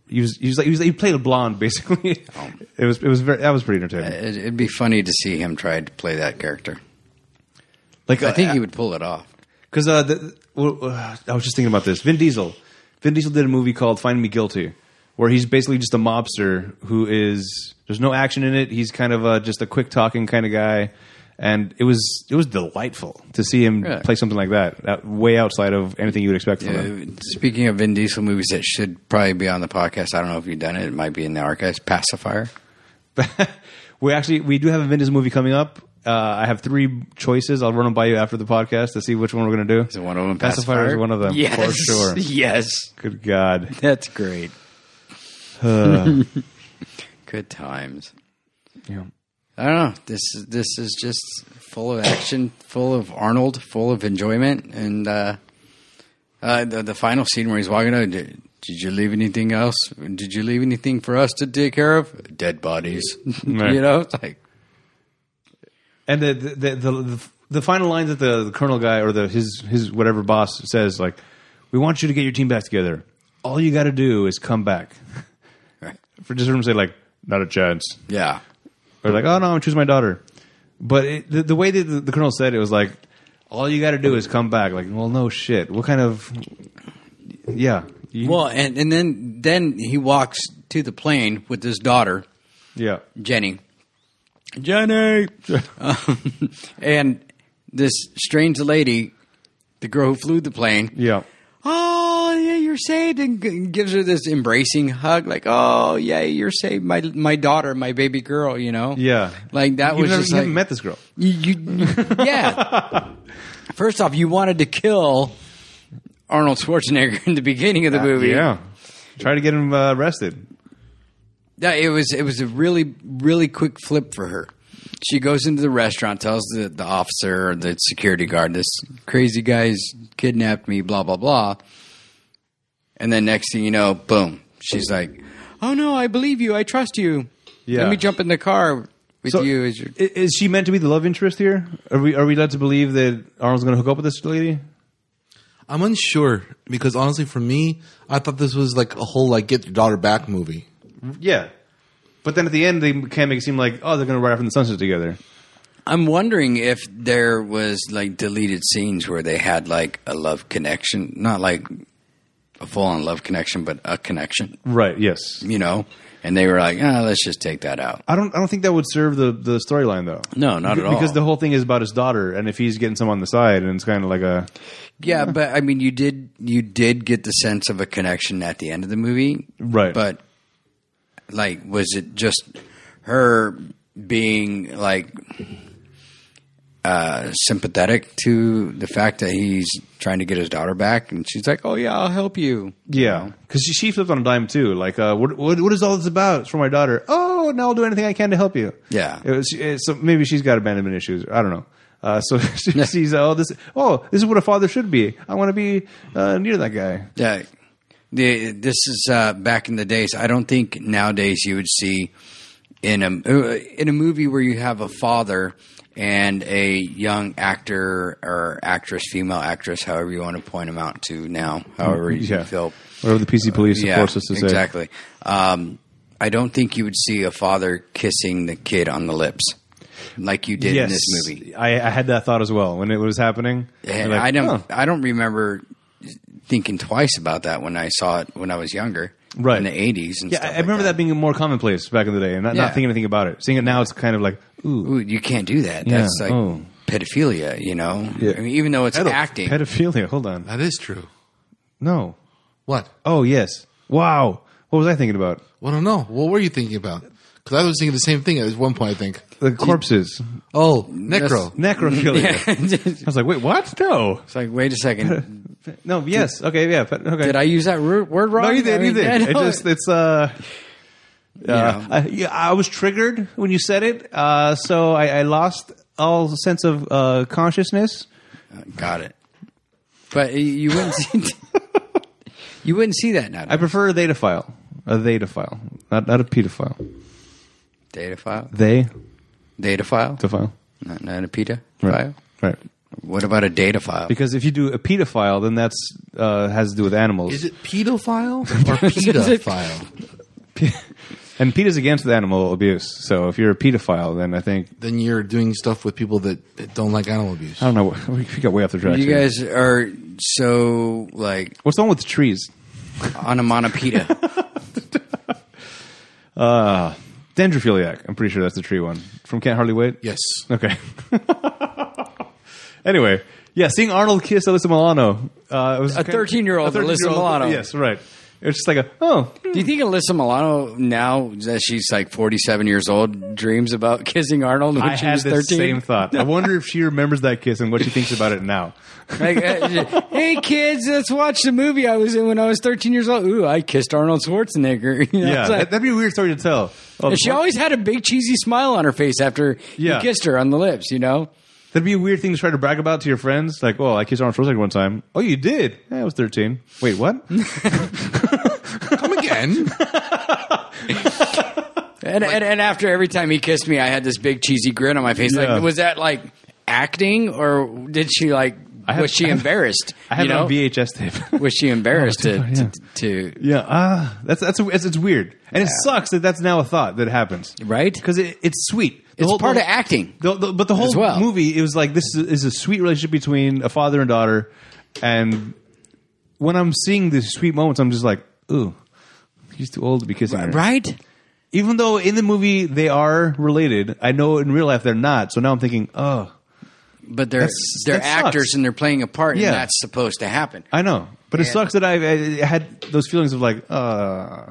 [SPEAKER 1] he was he was like he, was, he played a blonde basically.
[SPEAKER 2] Oh.
[SPEAKER 1] It was it was very that was pretty entertaining.
[SPEAKER 2] It, it'd be funny to see him try to play that character.
[SPEAKER 1] Like
[SPEAKER 2] I think he would pull it off.
[SPEAKER 1] Because uh, the- well, uh, I was just thinking about this. Vin Diesel. Vin Diesel did a movie called Find Me Guilty, where he's basically just a mobster who is there's no action in it. He's kind of uh, just a quick talking kind of guy, and it was it was delightful to see him
[SPEAKER 2] Really?
[SPEAKER 1] play something like that, that way outside of anything you would expect from him.
[SPEAKER 2] Uh, speaking of Vin Diesel movies that should probably be on the podcast, I don't know if you've done it. It might be in the archives. Pacifier.
[SPEAKER 1] we actually we do have a Vin Diesel movie coming up. Uh, I have three choices. I'll run them by you after the podcast to see which one we're going to do.
[SPEAKER 2] Is it one of them?
[SPEAKER 1] Pacifier is one of them,
[SPEAKER 2] Yes.
[SPEAKER 1] for sure.
[SPEAKER 2] Yes.
[SPEAKER 1] Good God.
[SPEAKER 2] That's great.
[SPEAKER 1] Uh.
[SPEAKER 2] Good times.
[SPEAKER 1] Yeah.
[SPEAKER 2] I don't know. This is this is just full of action, full of Arnold, full of enjoyment, and uh, uh, the the final scene where he's walking out. Did, did you leave anything else? Did you leave anything for us to take care of? Dead bodies.
[SPEAKER 1] Right.
[SPEAKER 2] you know, it's like
[SPEAKER 1] And the the the, the, the, the final lines that the, the colonel guy or the his his whatever boss says like, "We want you to get your team back together. All you got to do is come back."
[SPEAKER 2] Right.
[SPEAKER 1] For just him to say like, "Not a chance,"
[SPEAKER 2] yeah.
[SPEAKER 1] or like, "Oh no, I'm choose my daughter." But it, the, the way that the, the colonel said it was like, "All you got to do is come back." Like, well, no shit. What kind of yeah. You-
[SPEAKER 2] Well, and and then then he walks to the plane with his daughter
[SPEAKER 1] yeah.
[SPEAKER 2] Jenny. Jenny! Um, and this strange lady, the girl who flew the plane,
[SPEAKER 1] Yeah.
[SPEAKER 2] oh, yeah, you're saved, and g- gives her this embracing hug, like, oh, yeah, you're saved, my my daughter, my baby girl, you know?
[SPEAKER 1] Yeah.
[SPEAKER 2] Like, that
[SPEAKER 1] You've
[SPEAKER 2] was
[SPEAKER 1] never,
[SPEAKER 2] just
[SPEAKER 1] you
[SPEAKER 2] like,
[SPEAKER 1] haven't met this girl.
[SPEAKER 2] you, you- yeah. First off, you wanted to kill Arnold Schwarzenegger in the beginning of the movie.
[SPEAKER 1] Uh, Yeah. Try to get him uh, arrested.
[SPEAKER 2] That it was it was a really really quick flip for her. She goes into the restaurant, tells the, the officer or the security guard, "This crazy guy's kidnapped me." Blah blah blah. And then next thing you know, boom, she's like, "Oh no, I believe you. I trust you.
[SPEAKER 1] Yeah.
[SPEAKER 2] Let me jump in the car with
[SPEAKER 1] So,
[SPEAKER 2] you." As your
[SPEAKER 1] i- is she meant to be the love interest here? Are we are we led to believe that Arnold's going to hook up with this lady?
[SPEAKER 3] I'm unsure because honestly, for me, I thought this was like a whole like get your daughter back movie.
[SPEAKER 1] Yeah, but then at the end they can make it seem like oh they're going to ride off in the sunset together.
[SPEAKER 2] I'm wondering if there was like deleted scenes where they had like a love connection, not like a full on love connection, but a connection.
[SPEAKER 1] Right. Yes.
[SPEAKER 2] you know, and they were like, ah, let's just take that out.
[SPEAKER 1] I don't. I don't think that would serve the the storyline though.
[SPEAKER 2] No, not at all.
[SPEAKER 1] Because the whole thing is about his daughter, and if he's getting some on the side, and it's kind of like a
[SPEAKER 2] yeah, but I mean, you did you did get the sense of a connection at the end of the movie,
[SPEAKER 1] Right.
[SPEAKER 2] But like, was it just her being like uh, sympathetic to the fact that he's trying to get his daughter back, and she's like, oh yeah, I'll help you.
[SPEAKER 1] yeah. Because she, she flipped on a dime too. Like, uh, what, what what is all this about? It's for my daughter. Oh, now I'll do anything I can to help you.
[SPEAKER 2] Yeah.
[SPEAKER 1] It was, it, so maybe she's got abandonment issues. I don't know. Uh, so she sees oh this oh this is what a father should be. I want to be uh, near that guy.
[SPEAKER 2] Yeah, the, this is uh, back in the days. I don't think nowadays you would see in a uh, in a movie where you have a father and a young actor or actress, female actress, however you want to point them out to now, however you
[SPEAKER 1] Yeah.
[SPEAKER 2] feel.
[SPEAKER 1] Whatever the PC police
[SPEAKER 2] uh, Yeah,
[SPEAKER 1] force us to say.
[SPEAKER 2] exactly. Um, I don't think you would see a father kissing the kid on the lips like you did in this movie.
[SPEAKER 1] I, I had that thought as well when it was happening.
[SPEAKER 2] And
[SPEAKER 1] Like,
[SPEAKER 2] I don't.
[SPEAKER 1] huh.
[SPEAKER 2] I don't remember thinking twice about that when I saw it when I was younger,
[SPEAKER 1] Right.
[SPEAKER 2] In the eighties, and
[SPEAKER 1] Yeah,
[SPEAKER 2] stuff
[SPEAKER 1] I remember that.
[SPEAKER 2] like
[SPEAKER 1] being more commonplace back in the day, and not,
[SPEAKER 2] Yeah.
[SPEAKER 1] not thinking anything about it. Seeing it now, it's kind of like ooh,
[SPEAKER 2] Ooh, you can't do that.
[SPEAKER 1] Yeah,
[SPEAKER 2] That's like
[SPEAKER 1] oh.
[SPEAKER 2] pedophilia, you know.
[SPEAKER 1] Yeah.
[SPEAKER 2] I mean, even though it's
[SPEAKER 1] pedo-
[SPEAKER 2] acting,
[SPEAKER 1] pedophilia. Hold on,
[SPEAKER 3] That is true.
[SPEAKER 1] no.
[SPEAKER 3] What?
[SPEAKER 1] Oh yes, wow. What was I thinking about?
[SPEAKER 3] Well, I don't know. What were you thinking about? Because I was thinking the same thing at one point. I think.
[SPEAKER 1] The corpses,
[SPEAKER 3] Oh, necro.
[SPEAKER 1] necrophilia. I
[SPEAKER 2] it's
[SPEAKER 1] was like, wait, what? No,
[SPEAKER 2] like, wait a second,
[SPEAKER 1] no. Yes, okay, yeah, but, okay.
[SPEAKER 2] did I use that ru- word wrong?
[SPEAKER 1] No, you did.
[SPEAKER 2] I
[SPEAKER 1] You
[SPEAKER 2] mean,
[SPEAKER 1] did.
[SPEAKER 2] I
[SPEAKER 1] It
[SPEAKER 2] know
[SPEAKER 1] just it's uh.
[SPEAKER 2] Yeah.
[SPEAKER 1] Uh, I, yeah, I was triggered when you said it, uh, so I, I lost all sense of uh,
[SPEAKER 2] Uh,
[SPEAKER 1] consciousness.
[SPEAKER 2] Got it. But you wouldn't see. You wouldn't see that now.
[SPEAKER 1] I prefer a theta file. A theta file. Not, not a pedophile.
[SPEAKER 2] data file,
[SPEAKER 1] They
[SPEAKER 2] data file,
[SPEAKER 1] to file.
[SPEAKER 2] not, not a PETA
[SPEAKER 1] Right.
[SPEAKER 2] file.
[SPEAKER 1] Right.
[SPEAKER 2] What about a data file?
[SPEAKER 1] Because if you do a pedophile, then that's uh, has to do with animals.
[SPEAKER 3] Is it pedophile or pedophile?
[SPEAKER 1] and PETA's against the animal abuse. So if you're a pedophile, then I think
[SPEAKER 3] then you're doing stuff with people that that don't like animal abuse.
[SPEAKER 1] I don't know. what- We we got way off the track.
[SPEAKER 2] you
[SPEAKER 1] here.
[SPEAKER 2] guys are so like
[SPEAKER 1] what's wrong with the trees?
[SPEAKER 2] onomatopoeia.
[SPEAKER 1] Dendrophiliac. I'm pretty sure that's the tree one from Can't Hardly Wait.
[SPEAKER 3] Yes.
[SPEAKER 1] Okay. anyway, yeah, seeing Arnold kiss Alyssa Milano. Uh, it was
[SPEAKER 2] A 13-year-old
[SPEAKER 1] a 13-year-old,
[SPEAKER 2] Alyssa Milano.
[SPEAKER 1] Yes, right. It's just like a oh,
[SPEAKER 2] Do you think Alyssa Milano now that she's like 47 years old dreams about kissing Arnold when
[SPEAKER 1] I
[SPEAKER 2] she
[SPEAKER 1] had
[SPEAKER 2] was
[SPEAKER 1] the
[SPEAKER 2] 13?
[SPEAKER 1] same thought. I wonder if she remembers that kiss and what she thinks about it now.
[SPEAKER 2] Like, uh, hey kids, let's watch the movie I was in when I was 13 years old. Ooh, I kissed Arnold Schwarzenegger. You know,
[SPEAKER 1] Yeah,
[SPEAKER 2] it's like-
[SPEAKER 1] that- that'd be a weird story to tell. Oh,
[SPEAKER 2] she always had a big cheesy smile on her face after
[SPEAKER 1] Yeah.
[SPEAKER 2] he kissed her on the lips. You know,
[SPEAKER 1] that'd be a weird thing to try to brag about to your friends. Like, oh, I kissed Arnold Schwarzenegger one time. Oh, you did? Yeah, I was 13. Wait, what?
[SPEAKER 3] Come again.
[SPEAKER 2] and, and and after every time he kissed me, I had this big cheesy grin on my face.
[SPEAKER 1] Yeah.
[SPEAKER 2] Like, was that like acting, or did she like?
[SPEAKER 1] I have-
[SPEAKER 2] was she
[SPEAKER 1] I have-
[SPEAKER 2] embarrassed?
[SPEAKER 1] I have
[SPEAKER 2] you
[SPEAKER 1] it
[SPEAKER 2] know,
[SPEAKER 1] on VHS tape.
[SPEAKER 2] was she embarrassed
[SPEAKER 1] Oh,
[SPEAKER 2] to,
[SPEAKER 1] too far,
[SPEAKER 2] to, to
[SPEAKER 1] Yeah, ah, that's that's it's, it's weird, and it sucks that that's now a thought that happens,
[SPEAKER 2] Right?
[SPEAKER 1] Because it, it's sweet. The
[SPEAKER 2] It's part
[SPEAKER 1] the-
[SPEAKER 2] of acting.
[SPEAKER 1] the- the- but the whole
[SPEAKER 2] As well.
[SPEAKER 1] movie, it was like this is, is a sweet relationship between a father and daughter, and when I'm seeing these sweet moments, I'm just like, ooh, he's too old to be kissing her.
[SPEAKER 2] right?
[SPEAKER 1] Even though in the movie they are related, I know in real life they're not. So now I'm thinking, oh,
[SPEAKER 2] But they're
[SPEAKER 1] That's-
[SPEAKER 2] they're
[SPEAKER 1] that sucks.
[SPEAKER 2] actors and they're playing a part,
[SPEAKER 1] Yeah.
[SPEAKER 2] and that's supposed to happen.
[SPEAKER 1] I know. But it
[SPEAKER 2] Yeah.
[SPEAKER 1] sucks that I, I had those feelings of like, uh,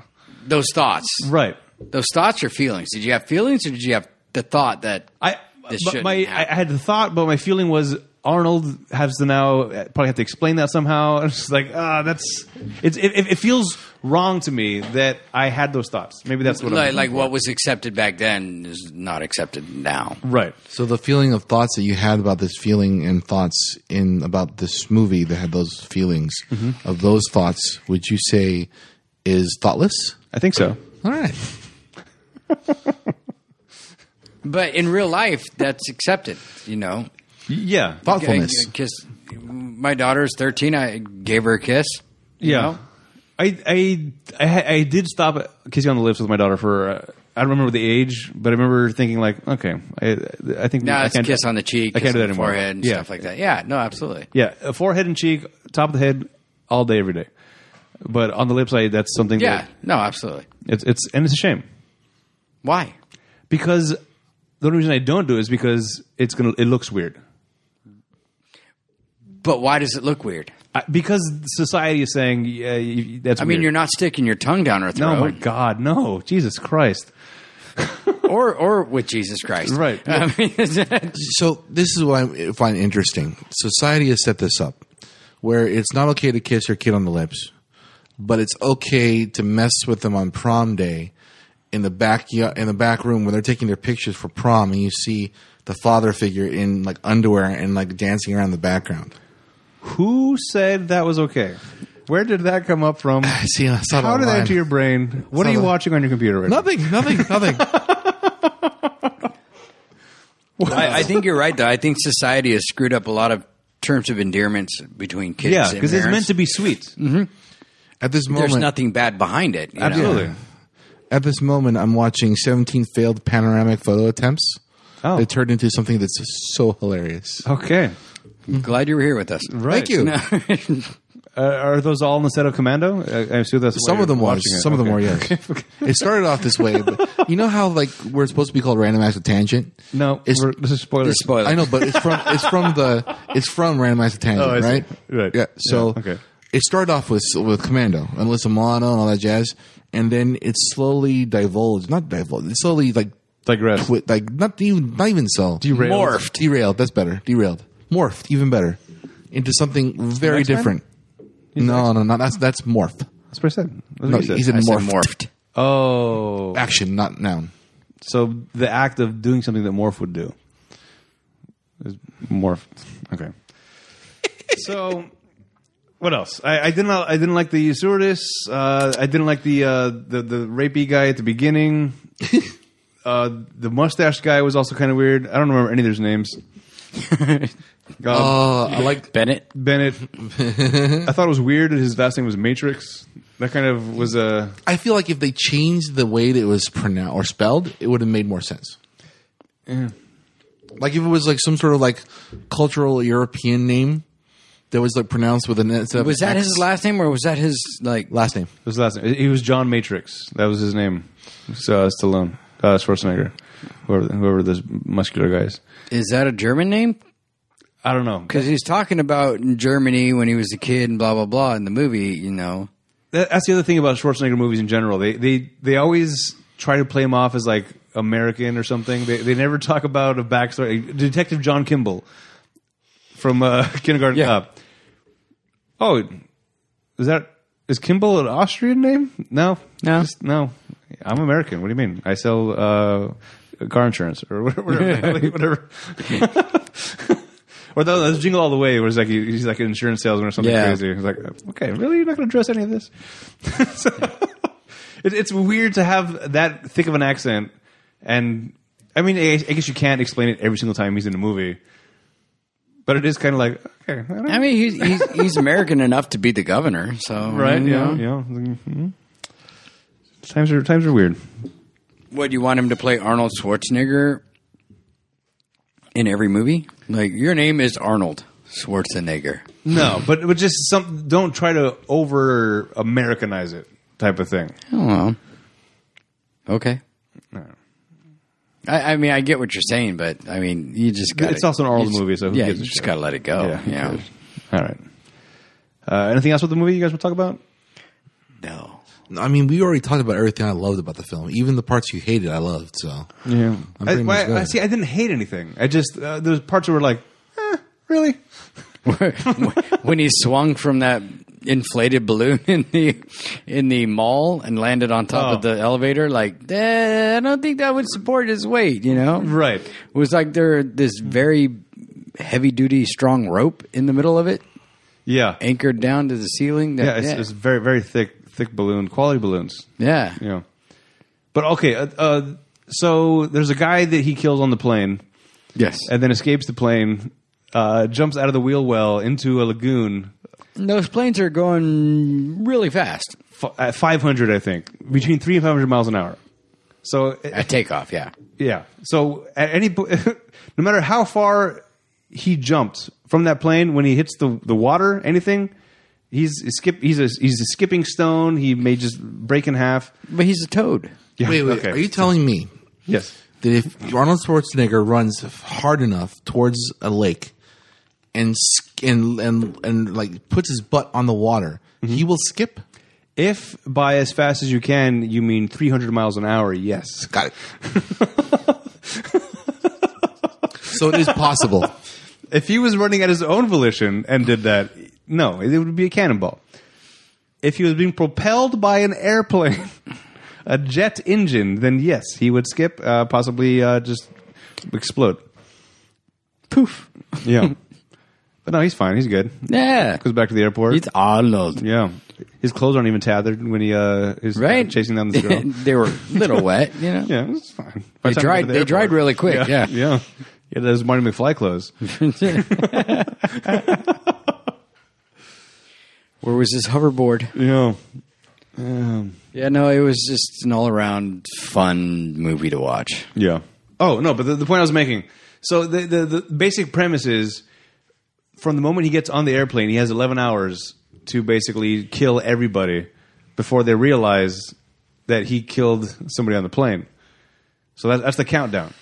[SPEAKER 2] Those thoughts,
[SPEAKER 1] right.
[SPEAKER 2] those thoughts are feelings. Did you have feelings, or did you have the thought that
[SPEAKER 1] I
[SPEAKER 2] This
[SPEAKER 1] but
[SPEAKER 2] shouldn't
[SPEAKER 1] my I
[SPEAKER 2] happen.
[SPEAKER 1] I had the thought, but my feeling was Arnold has to now uh, probably have to explain that somehow. It's just like ah, that's it's, it, it it feels wrong to me that I had those thoughts. Maybe that's what
[SPEAKER 2] like,
[SPEAKER 1] I'm
[SPEAKER 2] like what was accepted back then is not accepted now?
[SPEAKER 1] right.
[SPEAKER 3] So the feeling of thoughts that you had about this feeling and thoughts in about this movie that had those feelings of those thoughts, would you say is thoughtless?
[SPEAKER 1] I think so.
[SPEAKER 3] All right.
[SPEAKER 2] But in real life, that's accepted. You know,
[SPEAKER 1] Y- Yeah,
[SPEAKER 3] Thoughtfulness.
[SPEAKER 2] I- I kiss. My daughter's thirteen. I gave her a kiss. you
[SPEAKER 1] yeah.
[SPEAKER 2] know?
[SPEAKER 1] I, I I ha- I did stop kissing on the lips with my daughter for uh, I don't remember the age, but I remember thinking like, okay, I I think
[SPEAKER 2] Now
[SPEAKER 1] I
[SPEAKER 2] it's kiss on the cheek,
[SPEAKER 1] I
[SPEAKER 2] kiss
[SPEAKER 1] can't do
[SPEAKER 2] on
[SPEAKER 1] that
[SPEAKER 2] the
[SPEAKER 1] anymore.
[SPEAKER 2] forehead, and
[SPEAKER 1] Yeah.
[SPEAKER 2] stuff like that. Yeah, no, absolutely.
[SPEAKER 1] Yeah, uh, forehead and cheek, top of the head, all day, every day. But on the lips, I that's something.
[SPEAKER 2] Yeah,
[SPEAKER 1] that
[SPEAKER 2] no, absolutely.
[SPEAKER 1] it's it's and it's a shame
[SPEAKER 2] Why?
[SPEAKER 1] because the only reason I don't do it is because it's gonna it looks weird.
[SPEAKER 2] But why does it look weird?
[SPEAKER 1] I, because society is saying yeah, you- you- that's.
[SPEAKER 2] I mean, you're not sticking your tongue down her
[SPEAKER 1] No,
[SPEAKER 2] throat,
[SPEAKER 1] my God, no, Jesus Christ!
[SPEAKER 2] or or with Jesus Christ,
[SPEAKER 1] Right.
[SPEAKER 2] I mean,
[SPEAKER 3] So this is what I find interesting. Society has set this up where it's not okay to kiss your kid on the lips, but it's okay to mess with them on prom day in the back in the back room when they're taking their pictures for prom, and you see the father figure in like underwear and like dancing around the background.
[SPEAKER 1] Who said that was okay? Where did that come up from?
[SPEAKER 3] I see. I saw
[SPEAKER 1] How
[SPEAKER 3] that
[SPEAKER 1] did that
[SPEAKER 3] online.
[SPEAKER 1] enter your brain? What
[SPEAKER 3] Saw
[SPEAKER 1] are you
[SPEAKER 3] that.
[SPEAKER 1] watching on your computer right
[SPEAKER 3] Nothing. Nothing. Nothing.
[SPEAKER 2] I, I think you're right, though. I think society has screwed up a lot of terms of endearments between
[SPEAKER 1] now?
[SPEAKER 2] kids.
[SPEAKER 1] Yeah,
[SPEAKER 2] and
[SPEAKER 1] because it's meant
[SPEAKER 2] parents.
[SPEAKER 1] to be sweet.
[SPEAKER 3] At this moment,
[SPEAKER 2] There's nothing bad behind it. you know?
[SPEAKER 1] Absolutely.
[SPEAKER 3] at this moment, I'm watching 17 failed panoramic photo attempts.
[SPEAKER 1] Oh.
[SPEAKER 3] They turned into something that's so hilarious.
[SPEAKER 1] Okay.
[SPEAKER 2] I'm glad you were here with us.
[SPEAKER 1] Right.
[SPEAKER 3] Thank you.
[SPEAKER 1] Uh, are those all in the set of Commando? I, I assume that's why
[SPEAKER 3] Some
[SPEAKER 1] you're
[SPEAKER 3] of them were.
[SPEAKER 1] watching it.
[SPEAKER 3] Some of them
[SPEAKER 1] Okay.
[SPEAKER 3] were. Yes. It started off this way, but you know how like we're supposed to be called random acts of tangent.
[SPEAKER 1] No,
[SPEAKER 3] It's-
[SPEAKER 1] we're, this is spoilers.
[SPEAKER 2] This is spoiler.
[SPEAKER 3] I know, but it's from it's from the it's from random acts of tangent,
[SPEAKER 1] Oh, I see.
[SPEAKER 3] right?
[SPEAKER 1] Right.
[SPEAKER 3] Yeah. So
[SPEAKER 1] Yeah, okay.
[SPEAKER 3] It started off with with Commando and Alyssa Milano and all that jazz, and then it slowly divulged, not divulged, it slowly like
[SPEAKER 1] Digress.
[SPEAKER 3] twi- like not even not even so
[SPEAKER 1] Derailed. Morphed.
[SPEAKER 3] derailed. That's better. Derailed, morphed, even better, into something very
[SPEAKER 1] X-Men?
[SPEAKER 3] different. No, no, no, that's that's morph.
[SPEAKER 1] That's what I said. That's what
[SPEAKER 3] No,
[SPEAKER 1] you said.
[SPEAKER 3] he said
[SPEAKER 2] I said
[SPEAKER 3] morphed.
[SPEAKER 2] morphed.
[SPEAKER 1] oh,
[SPEAKER 3] Action, not noun.
[SPEAKER 1] so the act of doing something that Morph would do is Morph. Okay. so What else? I, I didn't. I didn't like the Usurtis. Uh, I didn't like the uh, the the rapey guy at the beginning. uh, the mustache guy was also kind of weird. I don't remember any of their names. God,
[SPEAKER 3] Uh, I like
[SPEAKER 2] Bennett.
[SPEAKER 1] Bennett. I thought it was weird. that His last name was Matrix. That kind of was uh, a.
[SPEAKER 3] I feel like if they changed the way that it was pronounced or spelled, it would have made more sense. Like if it was like some sort of like cultural European name that was like pronounced with an instead of
[SPEAKER 2] Was that
[SPEAKER 3] an
[SPEAKER 2] his
[SPEAKER 3] X.
[SPEAKER 2] last name or was that his like?
[SPEAKER 3] last name?
[SPEAKER 1] His last name. He was John Matrix. That was his name. So uh, Stallone, uh, Schwarzenegger, whoever whoever this muscular guy is.
[SPEAKER 2] Is that a German name?
[SPEAKER 1] I don't know.
[SPEAKER 2] Because he's talking about in Germany when he was a kid and blah blah blah in the movie. You know,
[SPEAKER 1] That, that's the other thing about Schwarzenegger movies in general. They they they always try to play him off as like American or something. They they never talk about a backstory. Detective John Kimball from uh, Kindergarten
[SPEAKER 2] Yeah.
[SPEAKER 1] Cop. Oh, is that is Kimball an Austrian name? No,
[SPEAKER 2] No.
[SPEAKER 1] Just- no. I'm American. What do you mean? I sell uh, car insurance or whatever, whatever. Or that that's Jingle All the Way, where it's like he- he's like an insurance salesman or something
[SPEAKER 2] Yeah.
[SPEAKER 1] crazy. He's like, okay, really, you're not going to address any of this. so, it, it's weird to have that thick of an accent, and I mean, I, I guess you can't explain it every single time he's in a movie, but it is kind of like, okay, I don't
[SPEAKER 2] I mean, he's he's, he's American enough to be the governor. So
[SPEAKER 1] right?
[SPEAKER 2] you
[SPEAKER 1] Yeah,
[SPEAKER 2] know.
[SPEAKER 1] yeah. Mhm. Times are times are weird.
[SPEAKER 2] What do you want him to play Arnold Schwarzenegger in every movie? Like your name is Arnold Schwarzenegger.
[SPEAKER 1] No, but but just some don't try to over Americanize it type of thing.
[SPEAKER 2] Oh well. Okay. I, I mean, I get what you're saying, but I mean, you just got
[SPEAKER 1] It's also an Arnold movie, so who
[SPEAKER 2] yeah,
[SPEAKER 1] gives a
[SPEAKER 2] you just
[SPEAKER 1] shit?
[SPEAKER 2] got to let it go. Oh, Yeah.
[SPEAKER 1] good. All right. Uh, anything else with the movie you guys want to talk about?
[SPEAKER 2] No.
[SPEAKER 3] I mean, we already talked about everything I loved about the film. Even the parts you hated, I loved. So
[SPEAKER 1] Yeah.
[SPEAKER 3] I'm
[SPEAKER 1] I,
[SPEAKER 3] pretty much
[SPEAKER 1] well, I-
[SPEAKER 3] good.
[SPEAKER 1] I see. I didn't hate anything. I just uh, there's parts that were like, eh, really.
[SPEAKER 2] when he swung from that inflated balloon in the in the mall and landed on top
[SPEAKER 1] Oh.
[SPEAKER 2] of the elevator, like eh, I don't think that would support his weight. You know,
[SPEAKER 1] Right.
[SPEAKER 2] It was like there this very heavy duty strong rope in the middle of it,
[SPEAKER 1] Yeah.
[SPEAKER 2] anchored down to the ceiling.
[SPEAKER 1] yeah.
[SPEAKER 2] That-
[SPEAKER 1] It's, it's very very thick thick balloon quality balloons.
[SPEAKER 2] yeah.
[SPEAKER 1] Yeah. But okay. Uh, uh, so there's a guy that he kills on the plane.
[SPEAKER 2] Yes.
[SPEAKER 1] and then escapes the plane, uh, jumps out of the wheel well into a lagoon
[SPEAKER 2] And those planes are going really fast
[SPEAKER 1] f- at 500, I think, between three and 500 miles an hour. So uh,
[SPEAKER 2] at takeoff. Yeah.
[SPEAKER 1] yeah, so at any po- no matter how far he jumped from that plane, when he hits the the water, anything, he's a skip. He's a he's a skipping stone. He may just break in half.
[SPEAKER 2] But he's a toad.
[SPEAKER 1] Yeah,
[SPEAKER 3] wait, wait,
[SPEAKER 1] okay.
[SPEAKER 3] are you telling me
[SPEAKER 1] Yes.
[SPEAKER 3] that if Arnold Schwarzenegger runs hard enough towards a lake and sk- and and and like puts his butt on the water, he will skip?
[SPEAKER 1] If by as fast as you can, you mean 300 miles an hour, yes.
[SPEAKER 3] Got it. so it is possible.
[SPEAKER 1] If he was running at his own volition and did that, no, it would be a cannonball. If he was being propelled by an airplane, a jet engine, then yes, he would skip, uh, possibly uh, just explode.
[SPEAKER 2] Poof.
[SPEAKER 1] Yeah. but no, he's fine. He's good.
[SPEAKER 2] Yeah.
[SPEAKER 1] Goes back to the airport.
[SPEAKER 2] It's Arnold.
[SPEAKER 1] yeah. His clothes aren't even tethered when he uh, is
[SPEAKER 2] right?
[SPEAKER 1] chasing down this girl.
[SPEAKER 2] they were a little wet, you know.
[SPEAKER 1] yeah, it's fine.
[SPEAKER 2] They dried. they dried really quick. Yeah.
[SPEAKER 1] Yeah. Yeah, those Marty McFly clothes.
[SPEAKER 2] Where was his hoverboard?
[SPEAKER 1] yeah.
[SPEAKER 2] Yeah, no, it was just an all-around fun movie to watch.
[SPEAKER 1] Yeah. Oh no, but the, the point I was making. So the, the the basic premise is, from the moment he gets on the airplane, he has eleven hours to basically kill everybody before they realize that he killed somebody on the plane. So that's that's the countdown.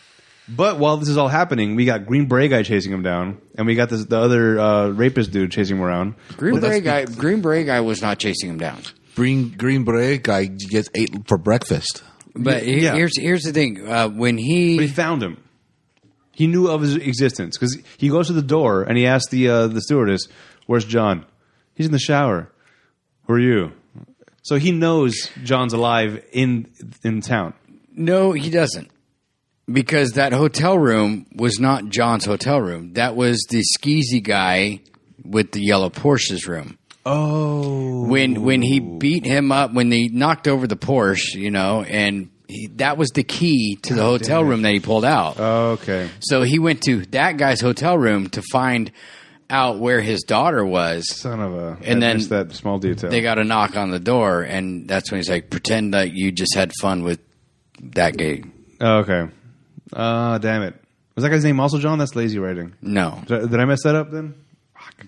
[SPEAKER 1] But while this is all happening, we got Green Beret guy chasing him down, and we got this the other uh, rapist dude chasing him around.
[SPEAKER 2] Green
[SPEAKER 1] Well, that's-
[SPEAKER 2] Beret guy. Green Beret guy was not chasing him down.
[SPEAKER 3] Green Green Beret guy gets ate for breakfast.
[SPEAKER 2] But he-
[SPEAKER 1] Yeah.
[SPEAKER 2] here's here's the thing. Uh, when he,
[SPEAKER 1] But he found him. He knew of his existence because he goes to the door and he asks the uh, the stewardess, "Where's John?" He's in the shower. Who are you? So he knows John's alive in in town.
[SPEAKER 2] no, he doesn't, because that hotel room was not John's hotel room. That was the skeezy guy with the yellow Porsche's room.
[SPEAKER 1] Oh,
[SPEAKER 2] when when he beat him up when they knocked over the Porsche, you know, and he, that was the key to the hotel room that he pulled out.
[SPEAKER 1] Uh. okay.
[SPEAKER 2] so he went to that guy's hotel room to find out where his daughter was.
[SPEAKER 1] Son of a.
[SPEAKER 2] And
[SPEAKER 1] I
[SPEAKER 2] then
[SPEAKER 1] missed that small detail.
[SPEAKER 2] They got a knock on the door, and that's when he's like, "Pretend that you just had fun with that guy."
[SPEAKER 1] oh, okay. Ah, damn it. Was that guy's name also John? That's lazy writing.
[SPEAKER 2] No,
[SPEAKER 1] Did I, did I mess that up then?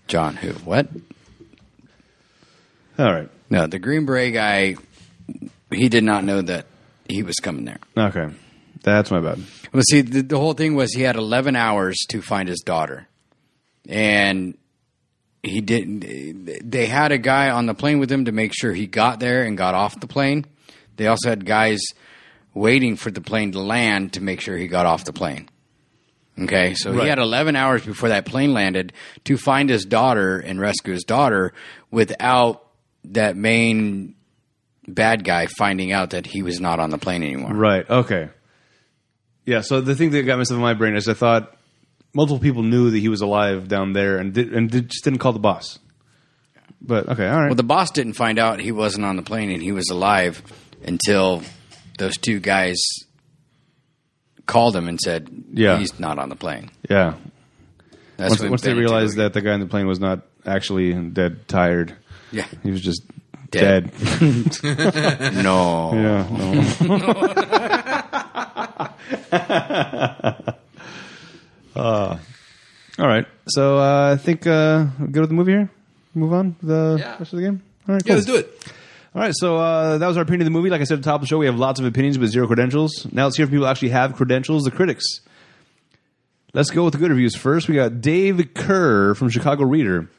[SPEAKER 2] John. Who? What?
[SPEAKER 1] All right.
[SPEAKER 2] No, the Green Beret guy. He did not know that he was coming there.
[SPEAKER 1] Okay. That's my bad.
[SPEAKER 2] Well, see, the, the whole thing was he had 11 hours to find his daughter. And he didn't. They had a guy on the plane with him to make sure he got there and got off the plane. They also had guys waiting for the plane to land to make sure he got off the plane. Okay, so he
[SPEAKER 1] Right.
[SPEAKER 2] had 11 hours before that plane landed to find his daughter and rescue his daughter without that main bad guy finding out that he was not on the plane anymore.
[SPEAKER 1] Right. Okay. Yeah. So the thing that got messed up in my brain is I thought multiple people knew that he was alive down there and did, and did, just didn't call the boss. But okay, all right.
[SPEAKER 2] Well, the boss didn't find out he wasn't on the plane and he was alive until those two guys called him and said,
[SPEAKER 1] Yeah.
[SPEAKER 2] he's not on the plane."
[SPEAKER 1] yeah.
[SPEAKER 2] That's
[SPEAKER 1] Once,
[SPEAKER 2] when
[SPEAKER 1] once they
[SPEAKER 2] Benetton-
[SPEAKER 1] realized that the guy in the plane was not actually dead, tired,
[SPEAKER 2] yeah,
[SPEAKER 1] he was just
[SPEAKER 2] Dead.
[SPEAKER 1] dead.
[SPEAKER 2] no,
[SPEAKER 1] yeah. no. Uh, all right. So uh, I think uh, we'll go to the movie here. Move on with the
[SPEAKER 3] Yeah.
[SPEAKER 1] rest of the game. All right.
[SPEAKER 3] Yeah,
[SPEAKER 1] cool.
[SPEAKER 3] let's do it.
[SPEAKER 1] All right, so uh, that was our opinion of the movie. Like I said at the top of the show, we have lots of opinions, but zero credentials. Now let's hear from people who actually have credentials, the critics. Let's go with the good reviews first. We got Dave Kerr from Chicago Reader.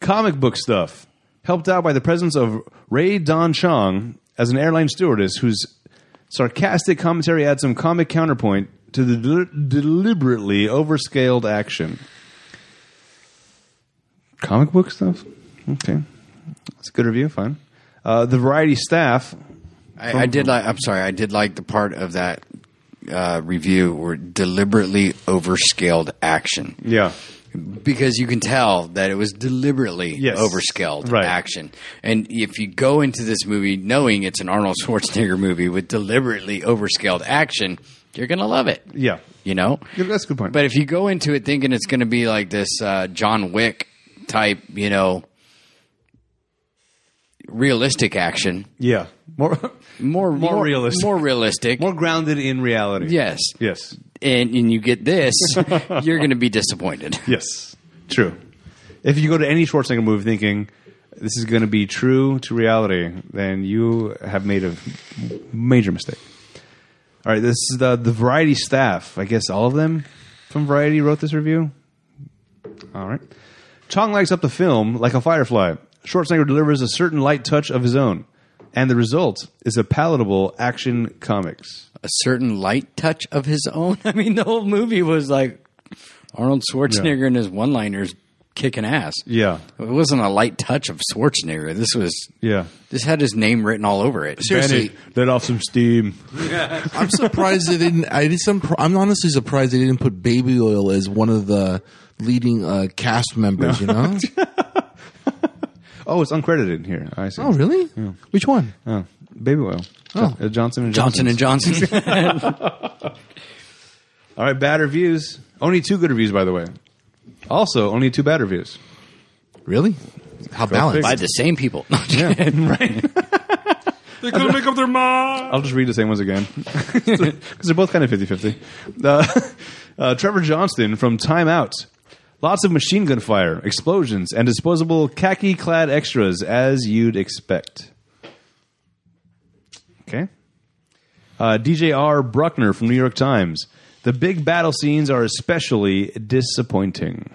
[SPEAKER 1] Comic book stuff. Helped out by the presence of Ray Don Chong as an airline stewardess whose sarcastic commentary adds some comic counterpoint to the del- deliberately overscaled action. Comic book stuff? Okay. That's a good review. Fine. Uh, the variety staff.
[SPEAKER 2] I, I did like. I'm sorry, I did like the part of that uh, review were deliberately overscaled action.
[SPEAKER 1] Yeah.
[SPEAKER 2] because you can tell that it was deliberately
[SPEAKER 1] Yes.
[SPEAKER 2] overscaled
[SPEAKER 1] Right.
[SPEAKER 2] action. And if you go into this movie knowing it's an Arnold Schwarzenegger movie with deliberately overscaled action, you're going to love it.
[SPEAKER 1] Yeah.
[SPEAKER 2] You know?
[SPEAKER 1] Yeah, That's a good point.
[SPEAKER 2] But if you go into it thinking it's going to be like this uh, John Wick type, you know, realistic action,
[SPEAKER 1] yeah. More,
[SPEAKER 2] more
[SPEAKER 1] More realistic.
[SPEAKER 2] more realistic,
[SPEAKER 1] more grounded in reality.
[SPEAKER 2] yes,
[SPEAKER 1] Yes.
[SPEAKER 2] and and you get this, you're going to be disappointed.
[SPEAKER 1] Yes. True. If you go to any Schwarzenegger movie thinking this is going to be true to reality, then you have made a major mistake. All right. This is the, the variety staff. I guess all of them from Variety wrote this review. All right. Chong lights up the film like a firefly. Schwarzenegger delivers a certain light touch of his own, and the result is a palatable action comics.
[SPEAKER 2] a certain light touch of his own. I mean, the whole movie was like Arnold Schwarzenegger and his one-liners kicking ass.
[SPEAKER 1] Yeah,
[SPEAKER 2] It wasn't a light touch of Schwarzenegger. This was
[SPEAKER 1] yeah.
[SPEAKER 2] this had his name written all over it.
[SPEAKER 3] Seriously,
[SPEAKER 1] let off some steam.
[SPEAKER 3] I'm surprised they didn't. I did some. I'm honestly surprised they didn't put Baby Oil as one of the leading uh, cast members. You know?
[SPEAKER 1] Oh, it's uncredited here. I see.
[SPEAKER 3] oh, really? Which one?
[SPEAKER 1] Oh, baby oil.
[SPEAKER 3] Oh.
[SPEAKER 1] Jo- uh, Johnson and
[SPEAKER 2] Johnson and Johnson.
[SPEAKER 1] All right, bad reviews. Only two good reviews, by the way. Also, only two bad reviews.
[SPEAKER 3] Really? How balanced?
[SPEAKER 2] by the same people.
[SPEAKER 1] right.
[SPEAKER 3] They couldn't make up their mind.
[SPEAKER 1] I'll just read the same ones again because they're both kind of 50 50. Uh, uh, Trevor Johnston from Time Out. Lots of machine gun fire, explosions, and disposable khaki clad extras as you'd expect. Okay. Uh, DJR Bruckner from New York Times. The big battle scenes are especially disappointing.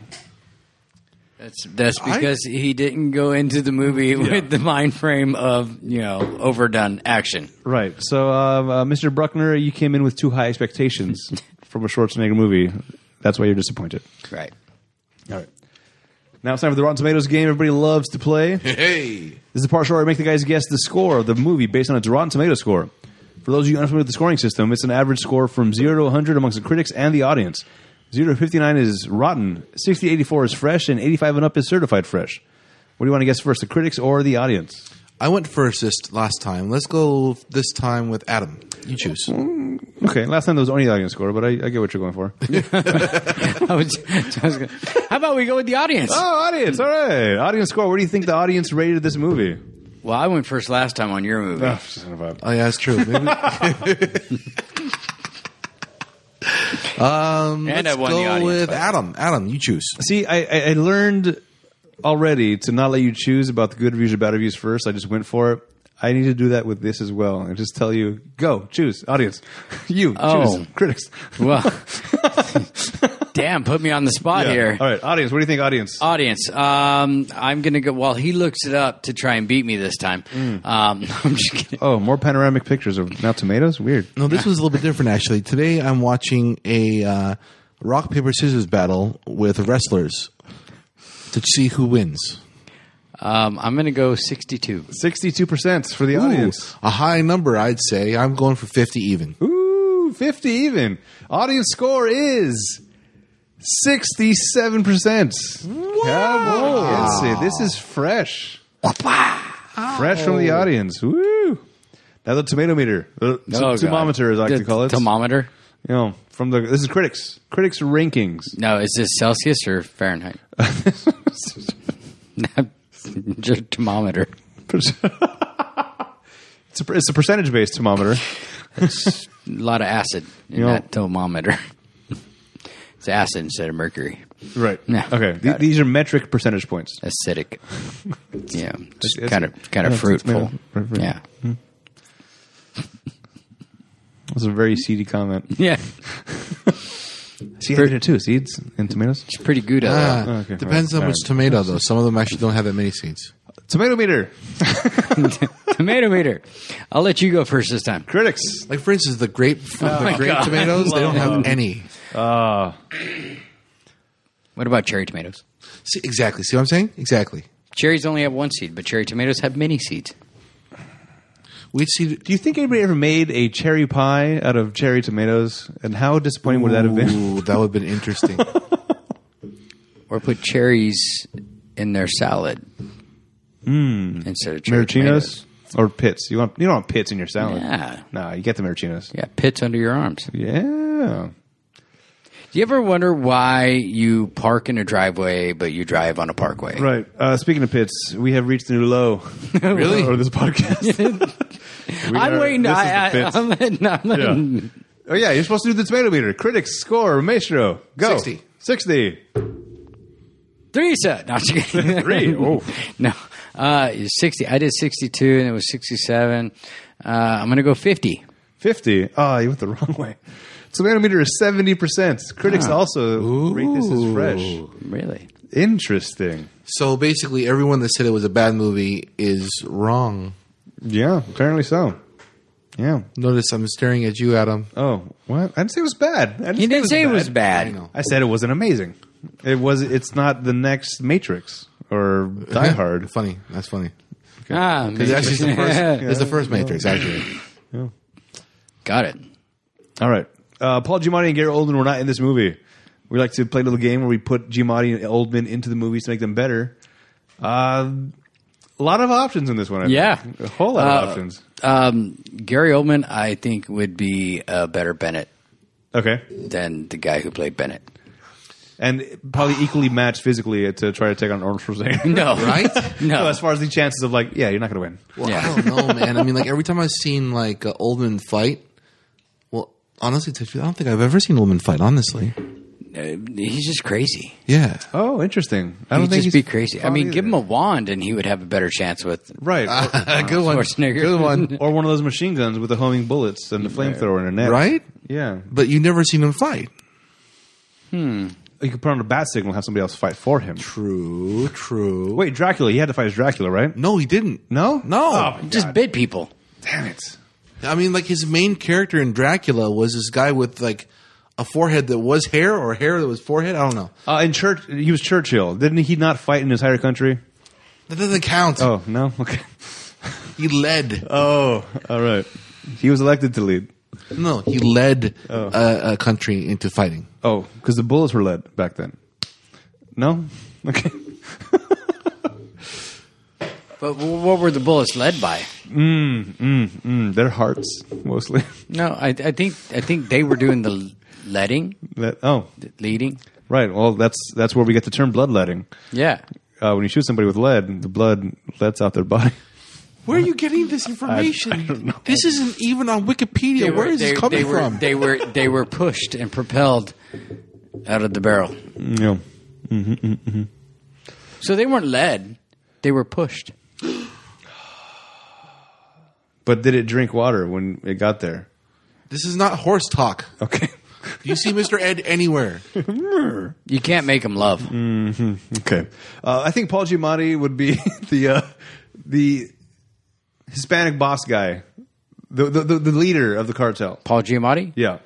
[SPEAKER 2] that's that's because he didn't go into the movie with the mind frame of you know overdone action.
[SPEAKER 1] Right. So, uh, uh, Mr. Bruckner, you came in with too high expectations from a Schwarzenegger movie. That's why you're disappointed.
[SPEAKER 2] Right.
[SPEAKER 1] All right. Now it's time for the Rotten Tomatoes game everybody loves to play. this
[SPEAKER 3] Hey.
[SPEAKER 1] is the part where I make the guys guess the score of the movie based on its Rotten Tomato score. For those of you unfamiliar with the scoring system, it's an average score from 0 to 100 amongst the critics and the audience. 0 to 59 is rotten, 60 to 84 is fresh, and 85 and up is certified fresh. What do you want to guess first, the critics or the audience?
[SPEAKER 3] I went first this last time. Let's go this time with Adam. You choose.
[SPEAKER 1] Hmm? Okay, last time there was only the audience score, but I, I get what you're going for.
[SPEAKER 2] I was- I was gonna- how about we go with the audience?
[SPEAKER 1] oh, audience! All right, audience score. Where do you think the audience rated this movie?
[SPEAKER 2] Well, I went first last time on your movie.
[SPEAKER 1] Oh, son of a-
[SPEAKER 3] Oh yeah, that's true. Maybe- um,
[SPEAKER 2] And
[SPEAKER 3] let's
[SPEAKER 2] I won the
[SPEAKER 3] go
[SPEAKER 2] audience
[SPEAKER 3] with
[SPEAKER 2] vote.
[SPEAKER 3] Adam. Adam, you choose.
[SPEAKER 1] See, I, I, I learned already to not let you choose about the good reviews or bad reviews first. I just went for it. I need to do that with this as well, and just tell you, go choose audience, you
[SPEAKER 2] Oh.
[SPEAKER 1] choose critics.
[SPEAKER 2] Well, damn, put me on the spot
[SPEAKER 1] Yeah.
[SPEAKER 2] here.
[SPEAKER 1] All right, audience. What do you think, audience?
[SPEAKER 2] Audience, um, I'm gonna go. While he looks it up to try and beat me this time,
[SPEAKER 1] Mm.
[SPEAKER 2] um, I'm just kidding.
[SPEAKER 1] oh, more panoramic pictures of now tomatoes. Weird.
[SPEAKER 3] No, this was a little bit different actually. Today I'm watching a uh, rock paper scissors battle with wrestlers to see who wins.
[SPEAKER 2] Um, I'm gonna go 62.
[SPEAKER 1] Sixty-two percent for the
[SPEAKER 3] Ooh,
[SPEAKER 1] audience.
[SPEAKER 3] a high number, I'd say. I'm going for fifty even.
[SPEAKER 1] Ooh, fifty even. Audience score is. 67%. Wow. This is fresh. Fresh from the audience. Woo! Now the tomato meter, the
[SPEAKER 2] Oh, God.
[SPEAKER 1] thermometer, as I like
[SPEAKER 2] The
[SPEAKER 1] to call it.
[SPEAKER 2] Thermometer?
[SPEAKER 1] you know, from the this is critics, critics rankings.
[SPEAKER 2] No, is this Celsius or Fahrenheit? just thermometer.
[SPEAKER 1] it's, a, it's a percentage based thermometer.
[SPEAKER 2] A lot of acid in
[SPEAKER 1] You know-
[SPEAKER 2] that thermometer. it's acid instead of mercury.
[SPEAKER 1] Right.
[SPEAKER 2] Yeah.
[SPEAKER 1] Okay.
[SPEAKER 2] Got
[SPEAKER 1] Th-
[SPEAKER 2] it.
[SPEAKER 1] these are metric percentage points.
[SPEAKER 2] acidic. yeah, just
[SPEAKER 1] It's-
[SPEAKER 2] kind of kind
[SPEAKER 1] yeah,
[SPEAKER 2] of
[SPEAKER 1] it's
[SPEAKER 2] fruitful.
[SPEAKER 1] tomato. Right, right.
[SPEAKER 2] Yeah,
[SPEAKER 1] That's a very seedy comment.
[SPEAKER 2] yeah,
[SPEAKER 1] See, I did it too. Seeds and tomatoes.
[SPEAKER 2] it's pretty good.
[SPEAKER 3] Ah,
[SPEAKER 2] Uh,
[SPEAKER 1] Okay,
[SPEAKER 3] depends
[SPEAKER 1] all
[SPEAKER 3] on
[SPEAKER 1] right.
[SPEAKER 3] which tomato though. Some of them actually don't have that many seeds.
[SPEAKER 1] Tomato meter.
[SPEAKER 2] tomato meter. I'll let you go first this time.
[SPEAKER 1] Critics.
[SPEAKER 3] Like for instance, the grape the
[SPEAKER 1] Oh
[SPEAKER 2] my
[SPEAKER 3] grape
[SPEAKER 2] God.
[SPEAKER 3] tomatoes they don't have any.
[SPEAKER 2] What about cherry tomatoes?
[SPEAKER 3] See, exactly. See what I'm saying? Exactly.
[SPEAKER 2] Cherries only have one seed, but cherry tomatoes have many seeds.
[SPEAKER 3] We'd see
[SPEAKER 1] Do you think anybody ever made a cherry pie out of cherry tomatoes? And how disappointing would that have been?
[SPEAKER 3] Ooh, that would have been interesting.
[SPEAKER 2] Or put cherries in their salad
[SPEAKER 1] Hmm.
[SPEAKER 2] instead of cherry
[SPEAKER 1] Marachinos
[SPEAKER 2] tomatoes.
[SPEAKER 1] or pits? You want you don't want pits in your salad?
[SPEAKER 2] Yeah.
[SPEAKER 1] No, you get the marachinos.
[SPEAKER 2] Yeah, pits under your arms.
[SPEAKER 1] Yeah.
[SPEAKER 2] Do you ever wonder why you park in a driveway but you drive on a parkway?
[SPEAKER 1] Right. Uh, speaking of pits, we have reached a new low.
[SPEAKER 2] Really?
[SPEAKER 1] Or this podcast. We
[SPEAKER 2] I'm
[SPEAKER 1] are-
[SPEAKER 2] waiting.
[SPEAKER 1] This is the
[SPEAKER 2] I, I,
[SPEAKER 1] pits.
[SPEAKER 2] I'm, I'm,
[SPEAKER 1] Yeah. Oh yeah, you're supposed to do the tomato meter. Critics score maestro. Go
[SPEAKER 3] 60.
[SPEAKER 1] Sixty.
[SPEAKER 2] Three set. No, I'm just kidding.
[SPEAKER 1] Three. Oh.
[SPEAKER 2] No. Uh, it's 60. I did 62 and it was 67. Uh, I'm going to go 50.
[SPEAKER 1] 50. Ah, you went the wrong way. Tomato meter is 70%. Critics
[SPEAKER 2] Ah.
[SPEAKER 1] also rate this as fresh.
[SPEAKER 2] Really?
[SPEAKER 1] Interesting.
[SPEAKER 3] So basically, everyone that said it was a bad movie is wrong.
[SPEAKER 1] Yeah, apparently so. Yeah.
[SPEAKER 3] Notice I'm staring at you, Adam.
[SPEAKER 1] Oh, what? I didn't say it was bad. I
[SPEAKER 2] You didn't say it was bad.
[SPEAKER 3] I know.
[SPEAKER 1] I said it wasn't amazing. It was. It's not the next Matrix or Die Hard.
[SPEAKER 3] Funny. That's funny.
[SPEAKER 2] Ah,
[SPEAKER 3] It's actually the first.
[SPEAKER 2] yeah.
[SPEAKER 3] It's the first Matrix, actually.
[SPEAKER 2] Got it.
[SPEAKER 1] All right. Uh, Paul Giamatti and Gary Oldman were not in this movie. We like to play a little game where we put Giamatti and Oldman into the movies to make them better. Uh, a lot of options in this one. I
[SPEAKER 2] Yeah.
[SPEAKER 1] think. a whole lot of
[SPEAKER 2] Uh,
[SPEAKER 1] options.
[SPEAKER 2] Um, Gary Oldman, I think, would be a better Bennett
[SPEAKER 1] Okay,
[SPEAKER 2] than the guy who played Bennett.
[SPEAKER 1] and probably equally matched physically to try to take on Arnold Schwarzenegger.
[SPEAKER 2] No.
[SPEAKER 3] Right?
[SPEAKER 1] So
[SPEAKER 2] No.
[SPEAKER 1] as far as the chances of like, yeah, you're not going to win.
[SPEAKER 3] Well,
[SPEAKER 2] Yeah.
[SPEAKER 3] I don't know, man. I mean, like every time I've seen like uh, Oldman fight. Well, honestly, to you, I don't think I've ever seen Oldman fight. Honestly,
[SPEAKER 2] Uh, he's just crazy.
[SPEAKER 3] yeah.
[SPEAKER 1] Oh, interesting. I don't
[SPEAKER 2] He'd
[SPEAKER 1] think
[SPEAKER 2] just be
[SPEAKER 1] he's
[SPEAKER 2] crazy. I
[SPEAKER 1] fun
[SPEAKER 2] mean, give
[SPEAKER 1] either.
[SPEAKER 2] him a wand and he would have a better chance with
[SPEAKER 1] right.
[SPEAKER 3] good one.
[SPEAKER 2] Schwarzenegger.
[SPEAKER 3] Good one.
[SPEAKER 1] or one of those machine guns with the homing bullets and the flamethrower in a neck.
[SPEAKER 3] Right?
[SPEAKER 1] Yeah.
[SPEAKER 3] But you've never seen him fight.
[SPEAKER 1] You could put on a bat signal and have somebody else fight for him.
[SPEAKER 3] True. True.
[SPEAKER 1] Wait, Dracula. He had to fight as Dracula, right?
[SPEAKER 3] No, he didn't.
[SPEAKER 1] No?
[SPEAKER 3] No.
[SPEAKER 1] Oh,
[SPEAKER 2] just bit people.
[SPEAKER 1] damn it.
[SPEAKER 3] I mean, like his main character in Dracula was this guy with like a forehead that was hair or hair that was forehead. I don't know.
[SPEAKER 1] Uh, in church, he was Churchill. Didn't he not fight in his higher country?
[SPEAKER 3] That doesn't count.
[SPEAKER 1] Oh, no? Okay.
[SPEAKER 3] He led.
[SPEAKER 1] Oh, all right. He was elected to lead.
[SPEAKER 3] No, he led uh, a, a country into fighting.
[SPEAKER 1] Oh, because the bullets were led back then. No? Okay.
[SPEAKER 2] But w- what were the bullets led by?
[SPEAKER 1] Mm, their hearts mostly.
[SPEAKER 2] No, I, I think I think they were doing the letting,
[SPEAKER 1] That- oh,
[SPEAKER 2] leading.
[SPEAKER 1] right. Well, that's that's where we get the term bloodletting.
[SPEAKER 2] Yeah,
[SPEAKER 1] Uh, when you shoot somebody with lead, the blood lets out their body.
[SPEAKER 3] Where are you getting this information? This isn't even on Wikipedia. Where is
[SPEAKER 2] they,
[SPEAKER 3] this coming
[SPEAKER 2] they were,
[SPEAKER 3] from?
[SPEAKER 2] They were they were pushed and propelled out of the barrel.
[SPEAKER 1] Yeah.
[SPEAKER 2] So they weren't led; they were pushed.
[SPEAKER 1] But did it drink water when it got there?
[SPEAKER 3] this is not horse talk.
[SPEAKER 1] Okay.
[SPEAKER 3] Do you see Mr. Ed anywhere?
[SPEAKER 2] You can't make them love.
[SPEAKER 3] Mm.
[SPEAKER 1] Okay. Uh, I think Paul Giamatti would be the uh, the Hispanic boss guy, the, the the the leader of the cartel.
[SPEAKER 2] Paul Giamatti.
[SPEAKER 1] Yeah.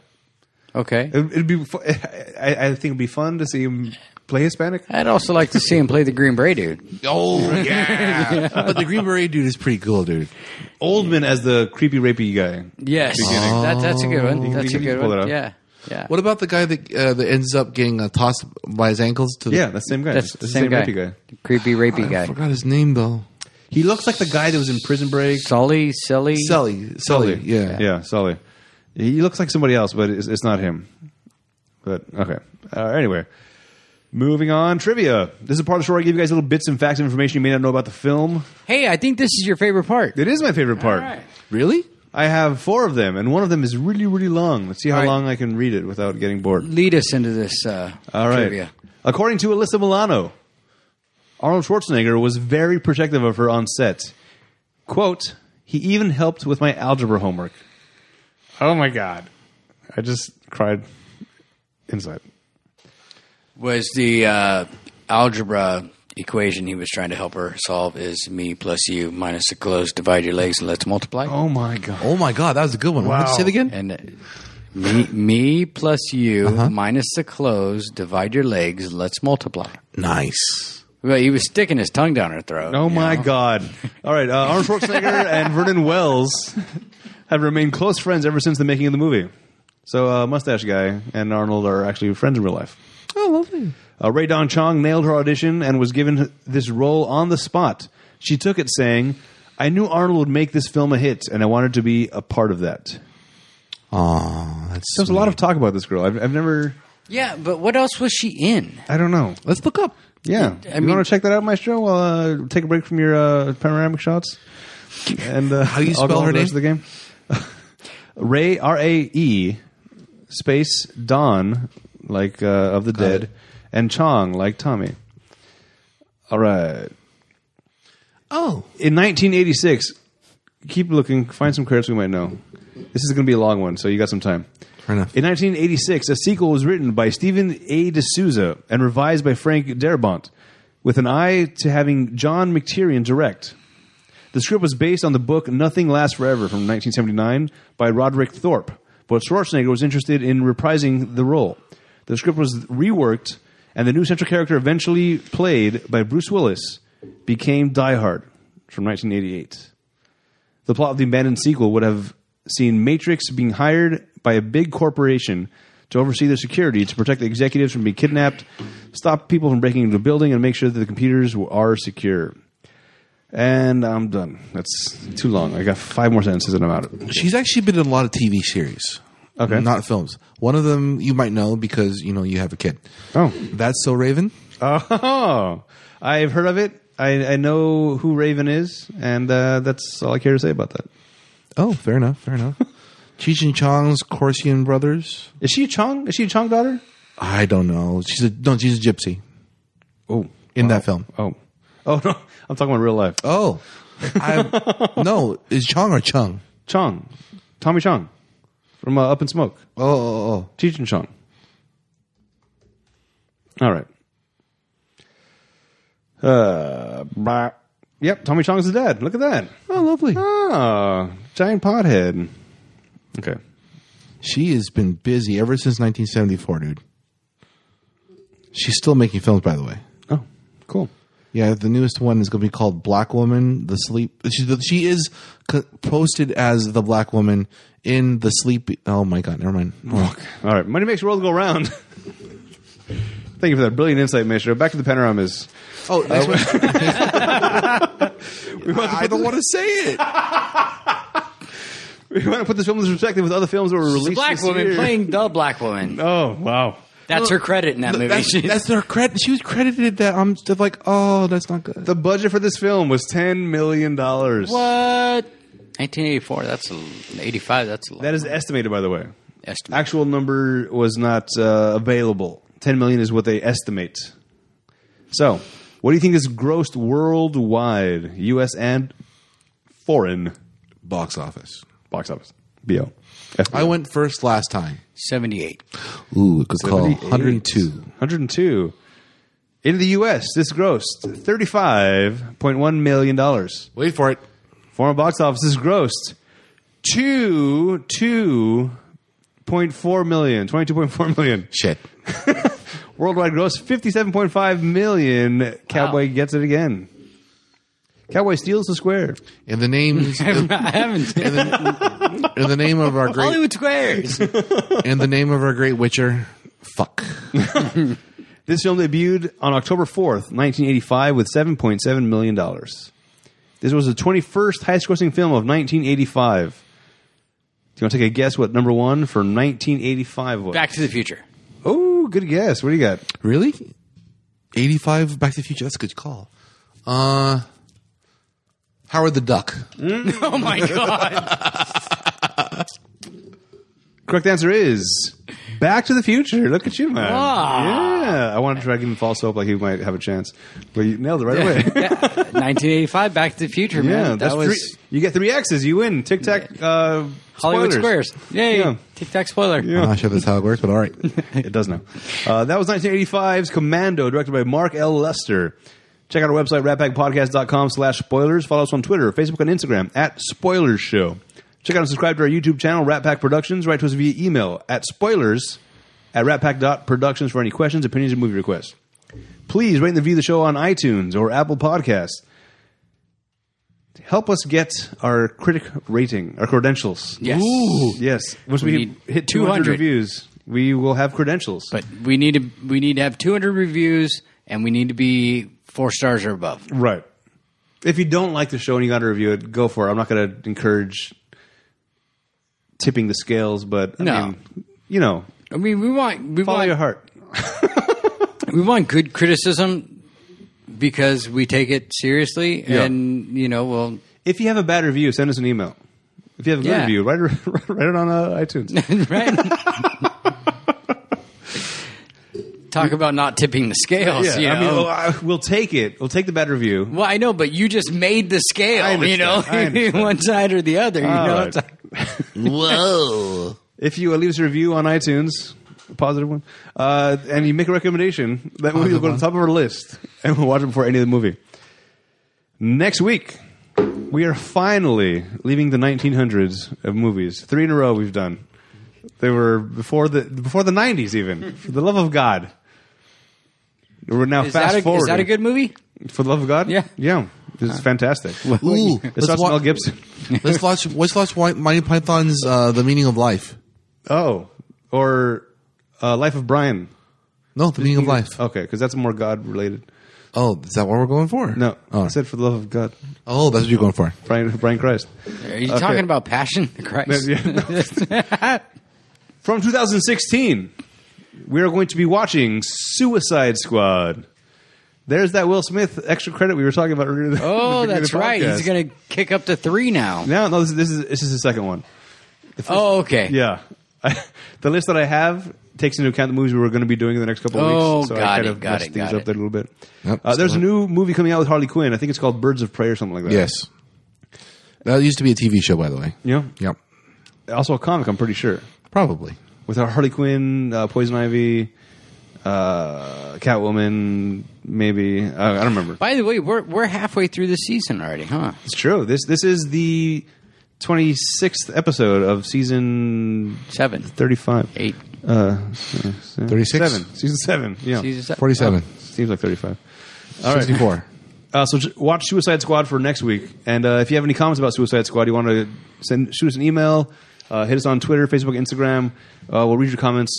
[SPEAKER 2] Okay,
[SPEAKER 1] It, it'd be. fu- I, I think it'd be fun to see him play Hispanic.
[SPEAKER 2] I'd also like to see him play the Green Beret dude.
[SPEAKER 3] Oh yeah, but the Green Beret dude is pretty cool, dude.
[SPEAKER 1] Oldman as the creepy rapey guy.
[SPEAKER 2] Yes, that, that's a good one.
[SPEAKER 3] Oh.
[SPEAKER 1] can-
[SPEAKER 2] That's
[SPEAKER 1] you
[SPEAKER 2] a
[SPEAKER 1] can
[SPEAKER 2] good
[SPEAKER 1] pull that
[SPEAKER 2] one.
[SPEAKER 1] up.
[SPEAKER 2] Yeah, yeah.
[SPEAKER 3] What about the guy that uh, that ends up getting uh, tossed by his ankles to? The,
[SPEAKER 1] Yeah, that's the same guy.
[SPEAKER 2] that's
[SPEAKER 1] It's
[SPEAKER 2] the same, guy.
[SPEAKER 1] rapey guy.
[SPEAKER 2] The creepy rapey guy.
[SPEAKER 3] I forgot his name though.
[SPEAKER 1] He looks like the guy that was in Prison Break.
[SPEAKER 2] Sully, Sully.
[SPEAKER 3] Sully, Sully, yeah.
[SPEAKER 1] Yeah, Sully. He looks like somebody else, but it's, it's not him. But okay. Uh, anyway, moving on. Trivia. This is a part of the show where I give you guys little bits and facts and information you may not know about the film.
[SPEAKER 2] Hey, I think this is your favorite part.
[SPEAKER 1] It is my favorite part.
[SPEAKER 3] Really?
[SPEAKER 1] I have four of them, and one of them is really, really long. Let's see how
[SPEAKER 2] All right.
[SPEAKER 1] long I can read it without getting bored.
[SPEAKER 2] Lead us into this. Uh,
[SPEAKER 1] All right.
[SPEAKER 2] Trivia.
[SPEAKER 1] According to Alyssa Milano, Arnold Schwarzenegger was very protective of her on set. Quote, he even helped with my algebra homework. Oh my God. I just cried inside.
[SPEAKER 2] was the uh, algebra equation he was trying to help her solve is me plus you minus the close divide your legs and let's multiply
[SPEAKER 1] Oh my God.
[SPEAKER 3] Oh my god, that was a good one. Wow. What did you say that again?
[SPEAKER 2] and uh, me me plus you minus the close divide your legs let's multiply
[SPEAKER 3] Nice.
[SPEAKER 2] well he was sticking his tongue down her throat
[SPEAKER 1] Oh
[SPEAKER 2] you
[SPEAKER 1] my
[SPEAKER 2] know?
[SPEAKER 1] God. All right. Uh, Arnold Schwarzenegger and Vernon Wells have remained close friends ever since the making of the movie. So, uh, Mustache Guy and Arnold are actually friends in real life.
[SPEAKER 3] Oh, lovely.
[SPEAKER 1] Uh, Ray Dong Chong nailed her audition and was given this role on the spot. She took it saying, I knew Arnold would make this film a hit, and I wanted to be a part of that.
[SPEAKER 3] Aw, that's
[SPEAKER 1] There's a lot of talk about this girl. I've, I've never,
[SPEAKER 2] yeah but what else was she in
[SPEAKER 1] I don't know.
[SPEAKER 3] Let's look up.
[SPEAKER 1] Yeah.
[SPEAKER 2] I
[SPEAKER 1] you
[SPEAKER 2] mean-
[SPEAKER 1] want to check that out, Maestro? While uh, take a break from your uh, panoramic shots. And uh, how
[SPEAKER 3] do you spell her
[SPEAKER 1] the rest of the game? Ray R A E space Don like uh, of the dead and Chong like Tommy. All right.
[SPEAKER 3] Oh,
[SPEAKER 1] In 1986, keep looking, find some credits we might know. This is going to be a long one, so you got some time.
[SPEAKER 3] fair enough.
[SPEAKER 1] In 1986, a sequel was written by Stephen A. D'Souza and revised by Frank Darabont, with an eye to having John McTiernan direct. The script was based on the book Nothing Lasts Forever from 1979 by Roderick Thorpe, but Schwarzenegger was interested in reprising the role. The script was reworked, and the new central character eventually played by Bruce Willis became Die Hard from 1988. The plot of the abandoned sequel would have seen Matrix being hired by a big corporation to oversee their security to protect the executives from being kidnapped, stop people from breaking into a building, and make sure that the computers are secure. And I'm done. That's too long. I got five more sentences and I'm out.
[SPEAKER 3] She's actually been in a lot of TV series.
[SPEAKER 1] Okay.
[SPEAKER 3] Not films. One of them you might know because you know you have a kid.
[SPEAKER 1] Oh.
[SPEAKER 3] That's so Raven.
[SPEAKER 1] Oh, I've heard of it. I, I know who Raven is, and uh, that's all I care to say about that.
[SPEAKER 3] Oh, fair enough. Fair enough. Cheech and Chong's Corsian brothers.
[SPEAKER 1] Is she a Chong? Is she a Chong daughter?
[SPEAKER 3] I don't know. She's a no. She's a gypsy
[SPEAKER 1] Oh.
[SPEAKER 3] in that film.
[SPEAKER 1] Oh. Oh, no. I'm talking about real life.
[SPEAKER 3] Oh, I, no. Is Chong or Chung?
[SPEAKER 1] Chong, Tommy Chong, from uh, Up in Smoke,
[SPEAKER 3] Oh, oh, oh.
[SPEAKER 1] Cheech and Chong. All right. Uh, bah. yep, Tommy Chong's the dad. Look at that.
[SPEAKER 3] Oh, lovely.
[SPEAKER 1] Ah, giant pothead. Okay.
[SPEAKER 3] She has been busy ever since 1974, dude. She's still making films, by the way.
[SPEAKER 1] Oh, cool.
[SPEAKER 3] Yeah, the newest one is going to be called Black Woman: The Sleep. She, she is co- posted as the Black Woman in the Sleep. Oh my God, never mind.
[SPEAKER 1] All right, money makes the world go round. Thank you for that brilliant insight, Maestro. Back to the panoramas.
[SPEAKER 3] Oh, next one.
[SPEAKER 1] We want to
[SPEAKER 3] I
[SPEAKER 1] put
[SPEAKER 3] don't
[SPEAKER 1] this-
[SPEAKER 3] want to say it.
[SPEAKER 1] We want to put this film into perspective with other films that were
[SPEAKER 2] The
[SPEAKER 1] released.
[SPEAKER 2] black
[SPEAKER 1] this
[SPEAKER 2] woman
[SPEAKER 1] year.
[SPEAKER 2] playing the black woman.
[SPEAKER 1] Oh wow!
[SPEAKER 2] That's her credit in that movie.
[SPEAKER 3] That's, that's her credit. She was credited that. I'm just like, oh, that's not good.
[SPEAKER 1] The budget for this film was ten million dollars.
[SPEAKER 2] what? 1984. That's a, 85. That's a lot.
[SPEAKER 1] That is estimated, by the way.
[SPEAKER 2] estimate.
[SPEAKER 1] Actual number was not uh, available. Ten million is what they estimate. So, what do you think is grossed worldwide, U.S. and foreign
[SPEAKER 3] Box office.
[SPEAKER 1] box office? Bo.
[SPEAKER 3] I went first last time.
[SPEAKER 2] 78.
[SPEAKER 3] Ooh, good call. 102.
[SPEAKER 1] 102. 102. In the U.S., this grossed $35.1 million.
[SPEAKER 3] Wait for it.
[SPEAKER 1] Foreign box office, this grossed two two point four million, twenty two point four million.
[SPEAKER 3] Shit.
[SPEAKER 1] Worldwide gross, 57.5 million. Cowboy gets it again. Cowboy steals the square.
[SPEAKER 3] In the names, in,
[SPEAKER 2] I haven't.
[SPEAKER 3] in the name of our great,
[SPEAKER 2] Hollywood Squares.
[SPEAKER 3] in the name of our great Witcher, fuck.
[SPEAKER 1] This film debuted on October 4th, 1985, with $7.7 million. This was the 21st highest grossing film of 1985. Do you want to take a guess what number one for 1985 was?
[SPEAKER 2] Back to the Future.
[SPEAKER 1] Oh, good guess. What do you got?
[SPEAKER 3] Really? 85 Back to the Future. That's a good call. Uh, Howard the Duck.
[SPEAKER 2] Oh my God.
[SPEAKER 1] Correct answer is Back to the Future. Look at you, man.
[SPEAKER 2] Ah.
[SPEAKER 1] Yeah. I wanted to try to give him false hope like he might have a chance, but you nailed it right away.
[SPEAKER 2] 1985. Back to the Future, man.
[SPEAKER 1] Yeah, that's
[SPEAKER 2] that was
[SPEAKER 1] three, you get three X's, you win. Tic Tac uh,
[SPEAKER 2] Hollywood Squares. Yay.
[SPEAKER 1] Yeah.
[SPEAKER 2] Tic Tac spoiler.
[SPEAKER 3] I'm not sure that's how it works, but all right.
[SPEAKER 1] It does now. Uh, that was 1985's Commando, directed by Mark L. Lester. Check out our website, ratpackpodcast.com slash spoilers. Follow us on Twitter, Facebook, and Instagram at Spoilers Show. Check out and subscribe to our YouTube channel, Rat Pack Productions. Write to us via email at spoilers at ratpack.productions for any questions, opinions, and movie requests. Please rate and review the show on iTunes or Apple Podcasts. Help us get our critic rating, our credentials.
[SPEAKER 2] Yes.
[SPEAKER 1] Yes. Once
[SPEAKER 2] We
[SPEAKER 1] we,
[SPEAKER 2] need
[SPEAKER 1] hit 200
[SPEAKER 2] 200.
[SPEAKER 1] reviews, we will have credentials.
[SPEAKER 2] But we need to we need to have 200 reviews, and we need to be four stars or above.
[SPEAKER 1] Right. If you don't like the show and you got to review it, go for it. I'm not going to encourage tipping the scales, but I
[SPEAKER 2] No.
[SPEAKER 1] mean, you know,
[SPEAKER 2] I mean, we want we
[SPEAKER 1] follow
[SPEAKER 2] want
[SPEAKER 1] your heart.
[SPEAKER 2] we want good criticism because we take it seriously,
[SPEAKER 1] Yeah.
[SPEAKER 2] and you know, well,
[SPEAKER 1] If you have a bad review, send us an email. If you have a good
[SPEAKER 2] Yeah.
[SPEAKER 1] review, write, it- write it on uh, iTunes.
[SPEAKER 2] right. Talk about not tipping the scales. you
[SPEAKER 1] I mean,
[SPEAKER 2] know?
[SPEAKER 1] oh, I- we'll take it. We'll take the bad review.
[SPEAKER 2] well, I know, but you just made the scale. You
[SPEAKER 1] understand.
[SPEAKER 2] know,
[SPEAKER 1] I understand.
[SPEAKER 2] one side or the other. You
[SPEAKER 1] All
[SPEAKER 2] know,
[SPEAKER 1] right.
[SPEAKER 2] It's like-
[SPEAKER 3] Whoa.
[SPEAKER 1] If you uh, leave us a review on iTunes, a positive one, uh, and you make a recommendation, that movie will go to the top of our list, and we'll watch it before any of the movie. Next week, we are finally leaving the 1900s of movies. Three in a row we've done. They were before the before the 90s, even. For the love of God, we're now
[SPEAKER 2] is,
[SPEAKER 1] fast
[SPEAKER 2] that a,
[SPEAKER 1] forward.
[SPEAKER 2] is that a good movie?
[SPEAKER 1] For the love of God,
[SPEAKER 2] Yeah. Uh-huh.
[SPEAKER 1] yeah, it's fantastic.
[SPEAKER 3] Ooh,
[SPEAKER 1] It's
[SPEAKER 3] let's,
[SPEAKER 1] not Mel
[SPEAKER 3] watch,
[SPEAKER 1] Gibson.
[SPEAKER 3] let's watch. Let's watch Wy- Monty Python's uh, "The Meaning of Life."
[SPEAKER 1] Oh, or uh, Life of Brian.
[SPEAKER 3] No, "The Meaning of Life."
[SPEAKER 1] Okay, because that's more God related.
[SPEAKER 3] Oh, is that what we're going for?
[SPEAKER 1] No,
[SPEAKER 3] Oh,
[SPEAKER 1] I said for the love of God,
[SPEAKER 3] oh that's what you're going for.
[SPEAKER 1] Brian, Brian Christ.
[SPEAKER 2] Are you
[SPEAKER 1] Okay.
[SPEAKER 2] talking about Passion of the Christ?
[SPEAKER 1] From 2016, we are going to be watching Suicide Squad. There's that Will Smith extra credit we were talking about earlier.
[SPEAKER 2] Oh, that's right. He's going to kick up to three now.
[SPEAKER 1] No, no, this, is- this is this is the second one.
[SPEAKER 2] Oh, okay.
[SPEAKER 1] Yeah, the list that I have takes into account the movies we were going to be doing in the next couple of
[SPEAKER 2] Oh,
[SPEAKER 1] weeks. So I
[SPEAKER 2] got
[SPEAKER 1] kind
[SPEAKER 2] it,
[SPEAKER 1] of
[SPEAKER 2] got
[SPEAKER 1] messed
[SPEAKER 2] it,
[SPEAKER 1] things
[SPEAKER 2] got
[SPEAKER 1] up
[SPEAKER 2] it.
[SPEAKER 1] there a little bit.
[SPEAKER 3] Yep,
[SPEAKER 1] uh, there's a new
[SPEAKER 3] still-
[SPEAKER 1] movie coming out with Harley Quinn. I think it's called Birds of Prey or something like that.
[SPEAKER 3] Yes, that used to be a TV show, by the way.
[SPEAKER 1] Yeah.
[SPEAKER 3] Yep,
[SPEAKER 1] Also a comic, I'm pretty sure.
[SPEAKER 3] probably.
[SPEAKER 1] with our Harley Quinn, uh, Poison Ivy, uh, Catwoman, maybe uh, I don't remember.
[SPEAKER 2] By the way, we're we're halfway through the season already, huh?
[SPEAKER 1] It's true. This this is the twenty sixth episode of season
[SPEAKER 2] Seven,
[SPEAKER 1] thirty five.
[SPEAKER 2] eight,
[SPEAKER 1] Uh,
[SPEAKER 3] 36?
[SPEAKER 1] Seven. Season seven. Yeah.
[SPEAKER 2] season seven.
[SPEAKER 3] Forty-seven.
[SPEAKER 1] Seems like thirty five. Oh. All right.
[SPEAKER 3] Sixty-four.
[SPEAKER 1] Uh, so j- watch Suicide Squad for next week, and uh, if you have any comments about Suicide Squad, you want to send shoot us an email, Uh, hit us on Twitter, Facebook, Instagram. Uh, we'll read your comments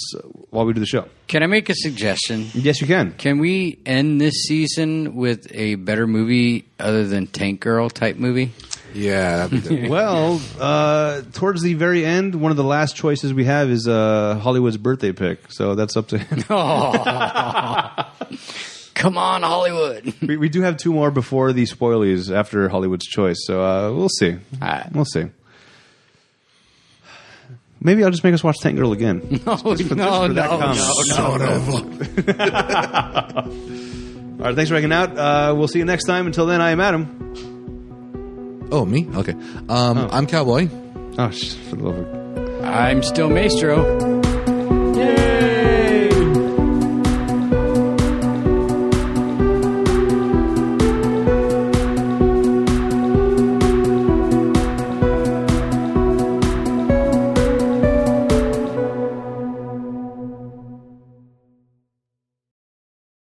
[SPEAKER 1] while we do the show.
[SPEAKER 2] Can I make a suggestion?
[SPEAKER 1] Yes, you can.
[SPEAKER 2] Can we end this season with a better movie other than Tank Girl type movie?
[SPEAKER 3] Yeah, that'd be good.
[SPEAKER 1] Well, uh, towards the very end, one of the last choices we have is uh, Hollywood's birthday pick. So that's up to him.
[SPEAKER 2] Come on, Hollywood.
[SPEAKER 1] we, we do have two more before the spoilies after Hollywood's choice. So uh, we'll see.
[SPEAKER 2] right.
[SPEAKER 1] We'll see. Maybe I'll just make us watch Tank Girl again.
[SPEAKER 2] No, no, no,
[SPEAKER 1] that
[SPEAKER 2] no,
[SPEAKER 1] comment.
[SPEAKER 2] no.
[SPEAKER 1] All right, thanks for hanging out. Uh, we'll see you next time. Until then, I am Adam.
[SPEAKER 3] oh, me? Okay. Um, I'm Cowboy.
[SPEAKER 1] Oh, sh- for the love of
[SPEAKER 2] I'm still Maestro.